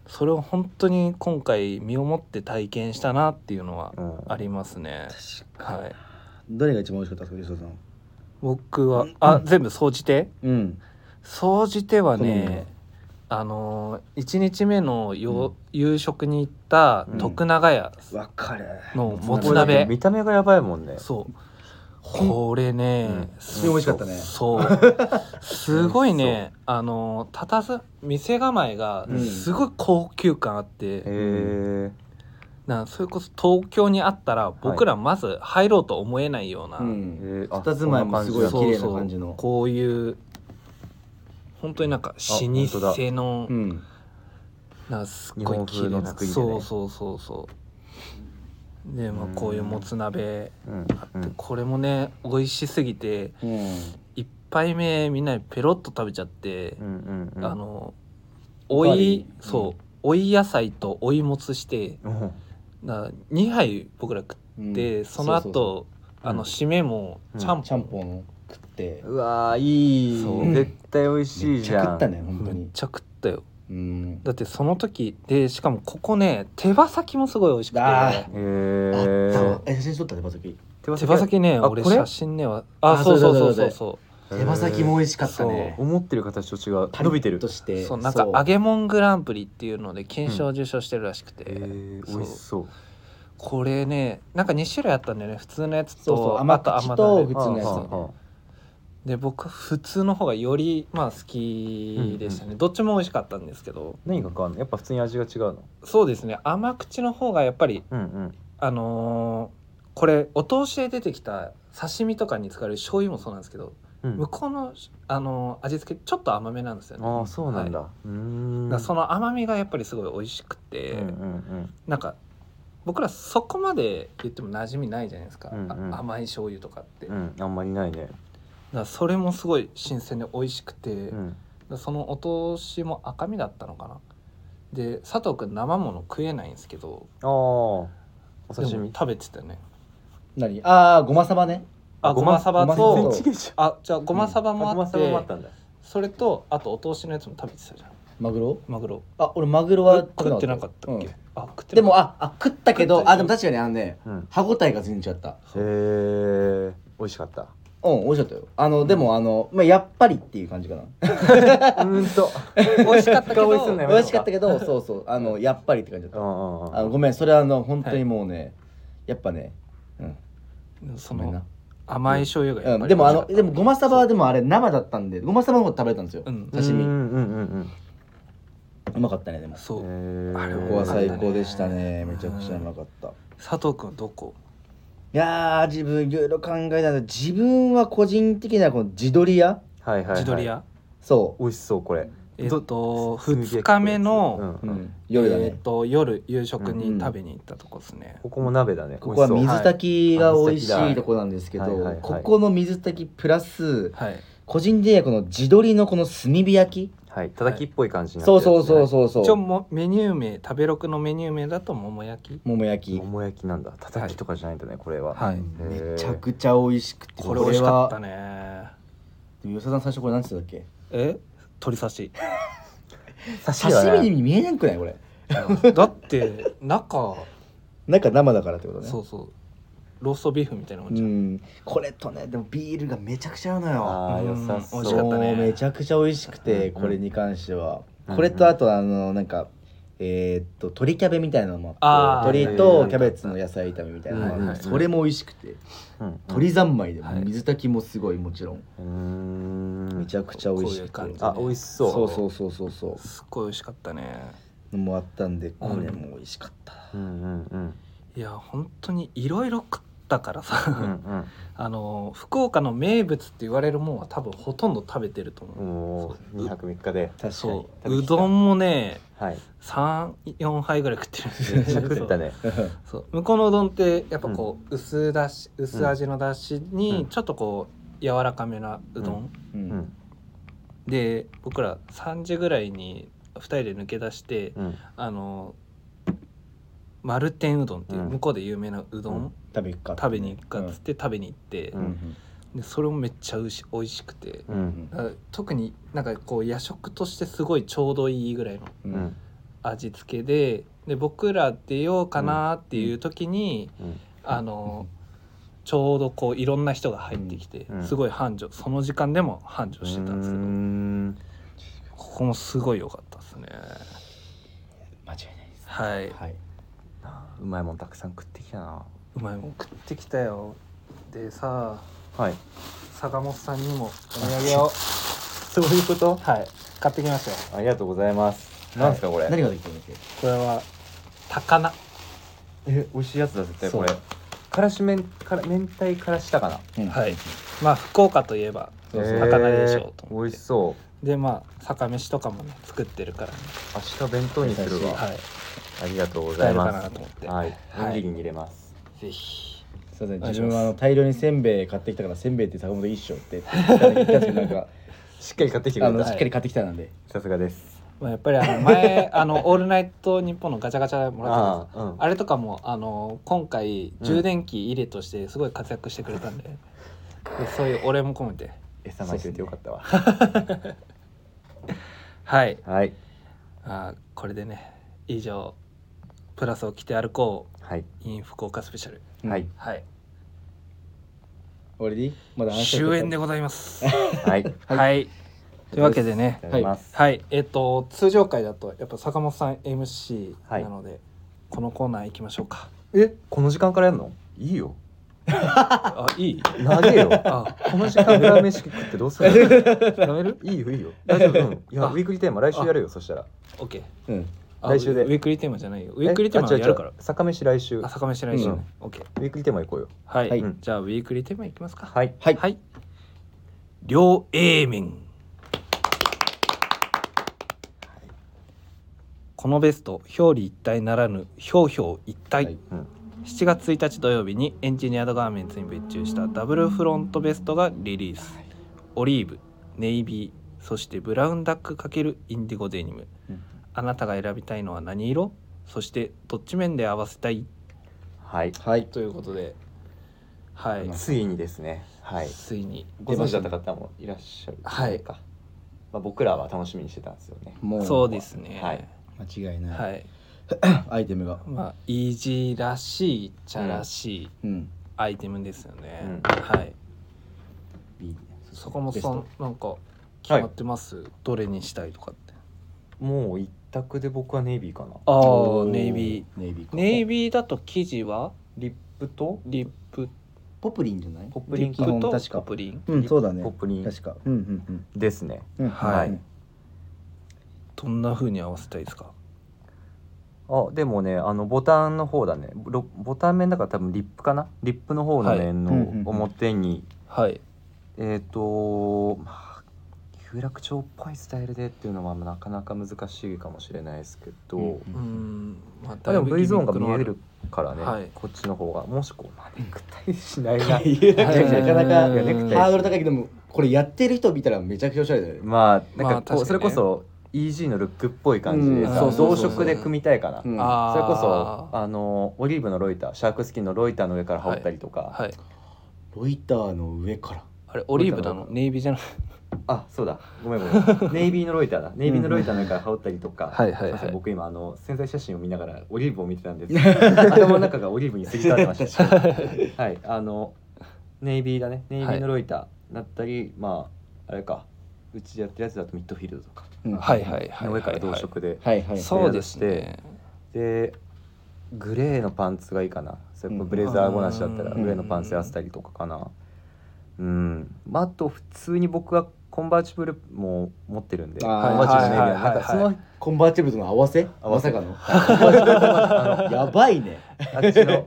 [SPEAKER 1] それを本当に今回身をもって体験したなっていうのは
[SPEAKER 3] うん
[SPEAKER 1] ありますね。はい。
[SPEAKER 2] どれが一番美味しかったですか吉田さん
[SPEAKER 1] 僕は、あ、全部総じて。
[SPEAKER 2] うん
[SPEAKER 1] 総じては
[SPEAKER 2] 好み
[SPEAKER 1] ね
[SPEAKER 2] は。
[SPEAKER 1] あのー、一日目のよ、
[SPEAKER 2] うん
[SPEAKER 1] 夕食に行った
[SPEAKER 3] うん
[SPEAKER 1] 徳永屋
[SPEAKER 2] わかる
[SPEAKER 1] のもつ
[SPEAKER 3] これだけ
[SPEAKER 1] 鍋。
[SPEAKER 3] 見た目がやばいもんね
[SPEAKER 1] そう。これね、
[SPEAKER 3] うん
[SPEAKER 1] す
[SPEAKER 2] 美味しかったね
[SPEAKER 1] そう。すごいね、あのー、たたず、店構えが
[SPEAKER 2] うん
[SPEAKER 1] すごい高級感あって。
[SPEAKER 3] へえ
[SPEAKER 1] なそれこそ東京にあったら僕らまず入ろうと思えないような、
[SPEAKER 2] うん
[SPEAKER 3] えーあ
[SPEAKER 2] 佇まいもすごい
[SPEAKER 1] そ
[SPEAKER 2] 綺
[SPEAKER 1] う
[SPEAKER 2] 麗
[SPEAKER 1] そ
[SPEAKER 2] な
[SPEAKER 1] う
[SPEAKER 2] 感じの
[SPEAKER 1] こういう本当になんか老舗
[SPEAKER 3] 本当だ
[SPEAKER 1] の
[SPEAKER 2] うん
[SPEAKER 1] なんかすっごい綺麗
[SPEAKER 3] 日本風の
[SPEAKER 1] な、
[SPEAKER 3] 作りでね
[SPEAKER 1] そうそうそうそうでまあ
[SPEAKER 3] うん
[SPEAKER 1] こういうもつ鍋
[SPEAKER 3] うん
[SPEAKER 1] あってこれもね美味しすぎて
[SPEAKER 2] うん
[SPEAKER 1] 一杯目みんなでペロッと食べちゃって
[SPEAKER 3] う、んうんうん
[SPEAKER 1] あの
[SPEAKER 2] お
[SPEAKER 1] お
[SPEAKER 2] かわ
[SPEAKER 1] い、
[SPEAKER 2] りう
[SPEAKER 1] そ
[SPEAKER 2] ん
[SPEAKER 1] うおい野菜とおいもつして
[SPEAKER 3] うん
[SPEAKER 1] な2杯僕ら食っ
[SPEAKER 2] うん
[SPEAKER 1] て、その後
[SPEAKER 2] うそ
[SPEAKER 1] あ
[SPEAKER 3] うん
[SPEAKER 1] の締めも
[SPEAKER 3] うん
[SPEAKER 1] ちゃんぽん、
[SPEAKER 2] うちゃんぽん食って
[SPEAKER 3] うわーい
[SPEAKER 1] そう
[SPEAKER 3] い絶対美味し
[SPEAKER 2] め
[SPEAKER 3] い
[SPEAKER 2] っ
[SPEAKER 3] じ
[SPEAKER 2] ちゃ
[SPEAKER 3] ゃん
[SPEAKER 2] 食ったね本当
[SPEAKER 1] めっ
[SPEAKER 2] に
[SPEAKER 1] ちゃ食ったよ
[SPEAKER 2] うん
[SPEAKER 1] だってその時でしかもここね手羽先もすごい美味しく
[SPEAKER 2] あ
[SPEAKER 1] て
[SPEAKER 2] ー
[SPEAKER 3] へ
[SPEAKER 2] あ
[SPEAKER 3] え
[SPEAKER 2] そうえ写真撮ったねまさき
[SPEAKER 3] 手羽
[SPEAKER 1] 手羽先ね
[SPEAKER 3] あ
[SPEAKER 1] 俺
[SPEAKER 3] これ
[SPEAKER 1] 写真ねはあ
[SPEAKER 2] あ
[SPEAKER 1] そうそうそ
[SPEAKER 2] そうう
[SPEAKER 1] そ
[SPEAKER 2] そうう
[SPEAKER 1] そ
[SPEAKER 2] 手羽先も美味しかったね
[SPEAKER 3] 思ってる形と違う
[SPEAKER 2] パリッ
[SPEAKER 3] 伸びてる
[SPEAKER 2] として
[SPEAKER 1] うそうなんか
[SPEAKER 2] そう
[SPEAKER 1] 揚げもんグランプリっていうので金賞を受賞してるらしくて、
[SPEAKER 3] えー
[SPEAKER 1] そう
[SPEAKER 3] 美味しそう
[SPEAKER 1] これねなんか2種類あったんだよね普通のやつと
[SPEAKER 2] そうそう甘口
[SPEAKER 1] あ甘
[SPEAKER 2] と
[SPEAKER 1] だね
[SPEAKER 2] 普通のやつ
[SPEAKER 1] うんうんうんで僕普通の方がよりまあ好きでしたね、どっちも美味しかったんですけど
[SPEAKER 3] 何が変わるのやっぱ普通に味が違うの
[SPEAKER 1] そうですね甘口の方がやっぱり
[SPEAKER 3] うんうん
[SPEAKER 1] あのーこれお通しで出てきた刺身とかに使われる醤油もそうなんですけど、
[SPEAKER 3] うん
[SPEAKER 1] 向こうの、あのー味付けちょっと甘めなんですよね
[SPEAKER 3] ああそうなんだ、
[SPEAKER 1] は
[SPEAKER 3] うー
[SPEAKER 1] い
[SPEAKER 3] ん
[SPEAKER 1] だからその甘みがやっぱりすごい美味しくて、
[SPEAKER 3] うんうん
[SPEAKER 1] なんか僕らそこまで言っても馴染みないじゃないですか、
[SPEAKER 3] うんうん
[SPEAKER 1] あ甘い醤油とかって、
[SPEAKER 3] う
[SPEAKER 1] だか
[SPEAKER 3] んうんあんまりないね
[SPEAKER 1] らそれもすごい新鮮で美味しくて、
[SPEAKER 3] う
[SPEAKER 1] だか
[SPEAKER 3] ん
[SPEAKER 1] らそのお通しも赤身だったのかなで佐藤君生もの食えないんですけど
[SPEAKER 3] ああお刺
[SPEAKER 1] でも
[SPEAKER 3] 身
[SPEAKER 1] 食べてたよね
[SPEAKER 2] 何ああごまさばね
[SPEAKER 1] あごまさば
[SPEAKER 2] ごま
[SPEAKER 1] と
[SPEAKER 3] 全然違うじ
[SPEAKER 1] あじゃあごまさば
[SPEAKER 3] ゃん
[SPEAKER 1] も
[SPEAKER 3] あ
[SPEAKER 1] あ
[SPEAKER 3] ごま
[SPEAKER 1] って、
[SPEAKER 3] さばもあったんだ
[SPEAKER 1] それとあとお通しのやつも食べてたじゃん
[SPEAKER 2] マグロ
[SPEAKER 1] マグロ
[SPEAKER 2] あ俺マグロは
[SPEAKER 1] 食ってなかったっけ、
[SPEAKER 2] うん
[SPEAKER 1] あ食って
[SPEAKER 2] で
[SPEAKER 1] なかっ
[SPEAKER 2] もああ食った
[SPEAKER 1] 食
[SPEAKER 2] け
[SPEAKER 1] っ
[SPEAKER 2] ど
[SPEAKER 1] た
[SPEAKER 2] あでも確かにあのね
[SPEAKER 3] うん
[SPEAKER 2] 歯ごたえが全然違った
[SPEAKER 3] へえ美味しかった
[SPEAKER 2] うん美味しかったよあのでもあのまあやっぱりっていう感じかな
[SPEAKER 3] うーんと
[SPEAKER 1] た美味しかったけど
[SPEAKER 3] 顔すんなよ
[SPEAKER 2] 美味しかったけどそうそうあのやっぱりって感じだ
[SPEAKER 3] う
[SPEAKER 2] っ
[SPEAKER 3] んうんうん
[SPEAKER 2] たあのごめんそれはあの本当にもうねやっぱねうん
[SPEAKER 1] そ
[SPEAKER 2] ごめんな
[SPEAKER 1] の甘い醤油がや
[SPEAKER 2] う
[SPEAKER 1] っぱり
[SPEAKER 2] んで
[SPEAKER 1] 美
[SPEAKER 2] もあ
[SPEAKER 1] 味しか
[SPEAKER 2] の
[SPEAKER 1] った、
[SPEAKER 2] でもごまさばはでもあれ生だったんでごまさばの方食べれたんですよ
[SPEAKER 1] うん
[SPEAKER 2] 刺
[SPEAKER 3] う
[SPEAKER 2] 身
[SPEAKER 3] んうんうん
[SPEAKER 2] うまかったねでも
[SPEAKER 1] そう、あ
[SPEAKER 3] あ
[SPEAKER 1] れ
[SPEAKER 2] こ
[SPEAKER 1] う
[SPEAKER 2] こ
[SPEAKER 1] ま
[SPEAKER 2] は
[SPEAKER 1] かったね
[SPEAKER 2] 最高でしたねめちゃくちゃうまかったい
[SPEAKER 1] 佐藤君どこ
[SPEAKER 2] やー自分いろいろ考えたら自分は個人的なこの地鶏屋
[SPEAKER 3] はいはい、はい、
[SPEAKER 1] 自撮り屋
[SPEAKER 2] そ
[SPEAKER 3] 美味しそうこれ
[SPEAKER 1] えっと
[SPEAKER 3] すげえ
[SPEAKER 1] 2日目の、
[SPEAKER 2] う、
[SPEAKER 3] うんうん
[SPEAKER 2] 夜だ
[SPEAKER 1] え
[SPEAKER 2] ね
[SPEAKER 1] っと夜夕食に食べに行ったとこですね、
[SPEAKER 3] ここも鍋だね
[SPEAKER 2] ここは
[SPEAKER 3] 美味しそう
[SPEAKER 2] 水炊きが美味し
[SPEAKER 3] はい
[SPEAKER 2] いとこなんですけ
[SPEAKER 3] はいはいは
[SPEAKER 2] ど
[SPEAKER 3] い
[SPEAKER 2] ここの水炊きプラス
[SPEAKER 1] はい
[SPEAKER 2] 個人的にはこの地鶏のこの炭火焼
[SPEAKER 3] はい叩きっぽい感じ
[SPEAKER 2] き
[SPEAKER 3] になって
[SPEAKER 2] そ
[SPEAKER 3] る
[SPEAKER 2] うそうそう
[SPEAKER 3] う
[SPEAKER 2] そうそ
[SPEAKER 1] 一応
[SPEAKER 2] う
[SPEAKER 1] もメニュー名食べログのメニュー名だと桃焼き
[SPEAKER 2] もも焼き
[SPEAKER 3] 桃焼きなんだ叩きとかじゃないんだねこれは
[SPEAKER 1] はい
[SPEAKER 3] ー
[SPEAKER 2] めちゃくちゃ美味しくて
[SPEAKER 1] これ美味しかったね
[SPEAKER 2] これは吉田さん最初これ何て言ってたっ
[SPEAKER 1] え鶏刺し
[SPEAKER 2] け
[SPEAKER 3] 刺身だね
[SPEAKER 2] 刺身に見えなくないこれ
[SPEAKER 1] だって中
[SPEAKER 2] なんか生だからってことね
[SPEAKER 1] そうそうローストビーフみたいなもんじ
[SPEAKER 2] う
[SPEAKER 1] ゃん、
[SPEAKER 2] んこれとねでもビールがめちゃくちゃ合うのよ
[SPEAKER 3] ああ良さそう
[SPEAKER 1] 美味しかったね
[SPEAKER 2] もうめちゃくちゃ美味しくて、
[SPEAKER 3] うんうん
[SPEAKER 2] これに関しては、
[SPEAKER 3] うん
[SPEAKER 2] これとあとあのなんかえーっと鶏キャベみたいなのも
[SPEAKER 1] あ
[SPEAKER 2] あ
[SPEAKER 1] ー
[SPEAKER 2] って鶏
[SPEAKER 3] はいはい
[SPEAKER 2] と
[SPEAKER 3] はい
[SPEAKER 2] キャベツの野菜炒めみたいなのもあって、
[SPEAKER 1] はいはい
[SPEAKER 2] それも美味しくて、
[SPEAKER 3] うんうん
[SPEAKER 2] 鶏三昧でも
[SPEAKER 1] はい
[SPEAKER 2] 水炊きもすごいもちろん、
[SPEAKER 3] うーん
[SPEAKER 2] めちゃくちゃ美味しくて
[SPEAKER 1] こういう感じ
[SPEAKER 3] あ美味しそう
[SPEAKER 2] そうそうそうそうそ
[SPEAKER 1] すっごい美味しかったね
[SPEAKER 2] うのもあったんでこれも美味しかった、
[SPEAKER 3] うんうんうん
[SPEAKER 1] いや本当にいろいろ食ったからさ、
[SPEAKER 3] うん
[SPEAKER 1] あの福岡の名物って言われるもんは多分ほとんど食べてると
[SPEAKER 3] う
[SPEAKER 1] 思う、
[SPEAKER 3] んもう二泊三日で
[SPEAKER 2] 確かに
[SPEAKER 1] そ
[SPEAKER 3] 食べ
[SPEAKER 1] う
[SPEAKER 3] て
[SPEAKER 1] う
[SPEAKER 3] きた
[SPEAKER 1] どんもね
[SPEAKER 3] はい
[SPEAKER 1] 34杯ぐらい食ってるんですよ
[SPEAKER 3] めっちゃ食ったね
[SPEAKER 1] そう向こうのうどんってやっぱこう、薄だし薄味のだしに
[SPEAKER 3] うん
[SPEAKER 1] ちょっとこう柔らかめなうどん、
[SPEAKER 2] [LAUGHS] う
[SPEAKER 3] うんん
[SPEAKER 1] で僕ら3時ぐらいに2人で抜け出して、
[SPEAKER 3] うん
[SPEAKER 1] あの丸天うどんっていう
[SPEAKER 3] うん
[SPEAKER 1] 向こうで有名なうどん、
[SPEAKER 3] うん
[SPEAKER 2] 食べに行くか
[SPEAKER 1] 食べに行くかっつって食べに行って、
[SPEAKER 3] う
[SPEAKER 2] うん
[SPEAKER 3] ん
[SPEAKER 1] でそれもめっちゃうし美味しくて、
[SPEAKER 3] う
[SPEAKER 2] うんん
[SPEAKER 1] あ特になんかこう夜食としてすごいちょうどいいぐらいの
[SPEAKER 2] う
[SPEAKER 3] うんん
[SPEAKER 1] 味付けでで僕ら出ようかなっていう時に、
[SPEAKER 3] うん
[SPEAKER 1] あのちょうどこういろんな人が入ってきて、
[SPEAKER 3] うん
[SPEAKER 1] すごい繁盛その時間でも繁盛してたんですけど、
[SPEAKER 3] うーん
[SPEAKER 1] ここもすごい良かったですね
[SPEAKER 2] 間違いないです
[SPEAKER 1] はい
[SPEAKER 2] はい、
[SPEAKER 3] あーうまいもんたくさん食ってきたな
[SPEAKER 1] うまいもん食ってきたよでさ
[SPEAKER 3] はい
[SPEAKER 1] 坂本さんにもお土
[SPEAKER 3] [LAUGHS]
[SPEAKER 1] 産をそういうことはい買ってきましたよ
[SPEAKER 3] ありがとうございますなんですかこれ
[SPEAKER 2] 何ができたんだっけ
[SPEAKER 1] これは高菜
[SPEAKER 3] え美味しいやつだ絶対これ
[SPEAKER 2] そう
[SPEAKER 3] からしめんから明太からしたかな
[SPEAKER 2] うん
[SPEAKER 1] はいまあ福岡といえば
[SPEAKER 2] そうそう
[SPEAKER 3] へー
[SPEAKER 1] 高菜でしょうと思って
[SPEAKER 3] 美味しそう
[SPEAKER 1] でまあ酒飯とかもね作ってるからね
[SPEAKER 3] 明日弁当にするわ
[SPEAKER 1] は
[SPEAKER 3] ありがとうござ
[SPEAKER 1] 使え
[SPEAKER 3] い
[SPEAKER 1] るか
[SPEAKER 3] ま
[SPEAKER 1] なと思って
[SPEAKER 3] すはい
[SPEAKER 1] はい
[SPEAKER 3] おにぎりに入れます
[SPEAKER 1] いぜひ
[SPEAKER 2] すいません
[SPEAKER 1] お願い
[SPEAKER 2] 自
[SPEAKER 1] します
[SPEAKER 2] 分はあの大量にせんべい買ってきたからせんべいって坂本一緒って言ったんですけどなんか
[SPEAKER 3] しっかり買ってきてく
[SPEAKER 2] あ
[SPEAKER 3] れ
[SPEAKER 2] の
[SPEAKER 3] た
[SPEAKER 2] しっかり買ってきたなんで
[SPEAKER 3] さすがです
[SPEAKER 1] まあやっぱりあの前 [LAUGHS] あの「オールナイトニッポン」のガチャガチャもらったんです
[SPEAKER 3] ああうん
[SPEAKER 1] あれとかもあの今回充電器入れとしてすごい活躍してくれたんで,、でそういうお礼も込めて
[SPEAKER 3] 餌まいててよかったわ
[SPEAKER 1] はい
[SPEAKER 3] はい
[SPEAKER 1] あーこれでね以上「プラスを着て歩こ」
[SPEAKER 3] はいう
[SPEAKER 1] in 福岡スペシャル
[SPEAKER 3] はい
[SPEAKER 1] はい
[SPEAKER 2] 俺でいいまだ話
[SPEAKER 1] 終焉で
[SPEAKER 2] で
[SPEAKER 1] ござい [LAUGHS] ます
[SPEAKER 3] はいい
[SPEAKER 1] はい、というわけでね
[SPEAKER 3] ただきます
[SPEAKER 1] はいえっ、と通常回だとやっぱ坂本さん MC
[SPEAKER 3] はい
[SPEAKER 1] なので、このコーナー行きましょうか
[SPEAKER 3] えこの時間からやるのいいよ
[SPEAKER 1] あいい
[SPEAKER 3] 長えよ
[SPEAKER 1] あ
[SPEAKER 3] この時間から飯食ってどうす [LAUGHS] るのやめるいいよいいよ大丈夫うんいや
[SPEAKER 1] あ
[SPEAKER 3] ウィークリーテーマ来週やるよそしたら
[SPEAKER 1] オッケー
[SPEAKER 2] うん
[SPEAKER 1] あ
[SPEAKER 3] 来週で
[SPEAKER 1] ウィークリーテーマじゃないよウィークリーテーマはやるから
[SPEAKER 3] 坂飯来週ウ
[SPEAKER 1] 朝飯来週ね、オッケー
[SPEAKER 3] ィークリーテーマ行こうよ
[SPEAKER 1] はい、
[SPEAKER 2] はい
[SPEAKER 1] じゃあウィークリーテーマいきますか
[SPEAKER 3] はい
[SPEAKER 2] はい
[SPEAKER 1] はい両 A 面このベスト表裏一体ならぬ表表一体、
[SPEAKER 2] はい
[SPEAKER 3] うん
[SPEAKER 1] 7月1日土曜日にエンジニアードガーメンツに別注したダブルフロントベストがリリース、オリーブネイビーそしてブラウンダック×インディゴデニム
[SPEAKER 3] うん
[SPEAKER 1] あなたが選びたいのは何色そしてどっち面で合わせたい
[SPEAKER 3] はい
[SPEAKER 2] はい
[SPEAKER 1] ということではい、
[SPEAKER 3] ついにですねはい
[SPEAKER 1] ついに
[SPEAKER 3] ご存知だった方もいらっしゃる
[SPEAKER 1] はい
[SPEAKER 3] か、まあ、僕らは楽しみにしてたんですよね
[SPEAKER 2] も
[SPEAKER 1] そうですね
[SPEAKER 3] はい
[SPEAKER 2] 間違いない、
[SPEAKER 1] はい
[SPEAKER 2] アイテムが
[SPEAKER 1] まあイージーらしい茶らしい
[SPEAKER 2] うん
[SPEAKER 1] アイテムですよね、
[SPEAKER 3] うん
[SPEAKER 1] はい
[SPEAKER 2] いいね
[SPEAKER 1] 坂本さ
[SPEAKER 2] ベ
[SPEAKER 1] ん
[SPEAKER 2] ス
[SPEAKER 1] なんか決まってます、どれにしたいとかって
[SPEAKER 3] もう一択で僕はネイビーかな
[SPEAKER 1] あ
[SPEAKER 2] ト
[SPEAKER 1] あ
[SPEAKER 2] お
[SPEAKER 1] ネイビー
[SPEAKER 2] ネイビーか
[SPEAKER 1] ネイビーだと生地は
[SPEAKER 3] リップと
[SPEAKER 1] リップ
[SPEAKER 2] ポプリンじゃない
[SPEAKER 3] ポップ
[SPEAKER 1] リ
[SPEAKER 3] リ
[SPEAKER 1] ッ
[SPEAKER 3] ン
[SPEAKER 1] プ
[SPEAKER 2] 基本
[SPEAKER 1] と
[SPEAKER 2] 確か
[SPEAKER 1] ポプリン
[SPEAKER 2] うんそうだね
[SPEAKER 3] ポップリン
[SPEAKER 2] 確かうんうん
[SPEAKER 3] ですね
[SPEAKER 2] うんうん
[SPEAKER 1] はい
[SPEAKER 2] うん
[SPEAKER 1] どんな風に合わせたいですか
[SPEAKER 3] あでもねあのボタンの方だねボボタン面だから多分リップかなリップの方の面の
[SPEAKER 2] はいうんうんうん
[SPEAKER 3] 表に、
[SPEAKER 1] はい
[SPEAKER 3] えっ、と、まあ、有楽町っぽいスタイルでっていうのはなかなか難しいかもしれないですけど、
[SPEAKER 2] うん
[SPEAKER 1] うーんまあ
[SPEAKER 3] あでも V ゾーンが
[SPEAKER 1] ギミックのあ
[SPEAKER 3] 見えるからね、
[SPEAKER 1] はい
[SPEAKER 3] こっちの方がもしこう、まあ、ネクタイしないな
[SPEAKER 2] なかなか
[SPEAKER 3] いやネクタイ
[SPEAKER 2] ハードル高いけどもこれやってる人見たらめちゃくちゃおしゃれだよね
[SPEAKER 3] まあなん
[SPEAKER 1] まあ確か
[SPEAKER 3] か
[SPEAKER 1] に
[SPEAKER 3] こ
[SPEAKER 1] ね
[SPEAKER 3] うそれこそ EG のルックっぽい感じでさ、
[SPEAKER 1] うんそうそう
[SPEAKER 3] 同
[SPEAKER 1] そう
[SPEAKER 3] 色で組みたいかな、
[SPEAKER 2] うん
[SPEAKER 1] あー
[SPEAKER 3] それこそあのオリーブのロイターシャークスキンのロイターの上から羽織ったりとか、
[SPEAKER 1] はい
[SPEAKER 2] ロイターの
[SPEAKER 1] [LAUGHS]
[SPEAKER 2] 上から
[SPEAKER 1] あれオリーブなのネイビーじゃない
[SPEAKER 3] あそうだごめんごめんネイビーのロ
[SPEAKER 1] [LAUGHS]
[SPEAKER 3] イターだネイビーのロイターの上から羽織ったりとか
[SPEAKER 1] はいはいはい
[SPEAKER 3] すません僕今あの潜在写真を見ながらオリーブを見てた
[SPEAKER 1] [LAUGHS]
[SPEAKER 3] んですけど頭の中がオリーブにすり替わってましたはいあのネイビーだねネイビーのロイターだったり、まああれかうちでやってるやつだとミッドフィールドとか
[SPEAKER 2] うん
[SPEAKER 1] はいはいはい
[SPEAKER 3] の
[SPEAKER 1] はい
[SPEAKER 3] 上か
[SPEAKER 1] は
[SPEAKER 3] ら
[SPEAKER 1] い
[SPEAKER 3] 同色で、
[SPEAKER 2] はいはい
[SPEAKER 1] そうですね
[SPEAKER 3] でグレーのパンツがいいかなそれ
[SPEAKER 2] うん
[SPEAKER 3] ブレザーごなしだったら
[SPEAKER 2] うん
[SPEAKER 3] グレーのパンツで合わせたりとかかなうん、まあ、あと普通に僕はコンバーチブルも持ってるんでコン
[SPEAKER 2] あー
[SPEAKER 3] バーチブルネイビー
[SPEAKER 1] はい
[SPEAKER 3] の
[SPEAKER 1] はは
[SPEAKER 3] ないん
[SPEAKER 1] いは
[SPEAKER 3] か
[SPEAKER 1] い
[SPEAKER 3] その
[SPEAKER 2] コンバーチブルとの合わせ
[SPEAKER 3] 合
[SPEAKER 2] ま
[SPEAKER 3] わ
[SPEAKER 2] さ
[SPEAKER 3] せ
[SPEAKER 2] かの [LAUGHS]
[SPEAKER 3] あの
[SPEAKER 2] やばいね
[SPEAKER 3] あっちの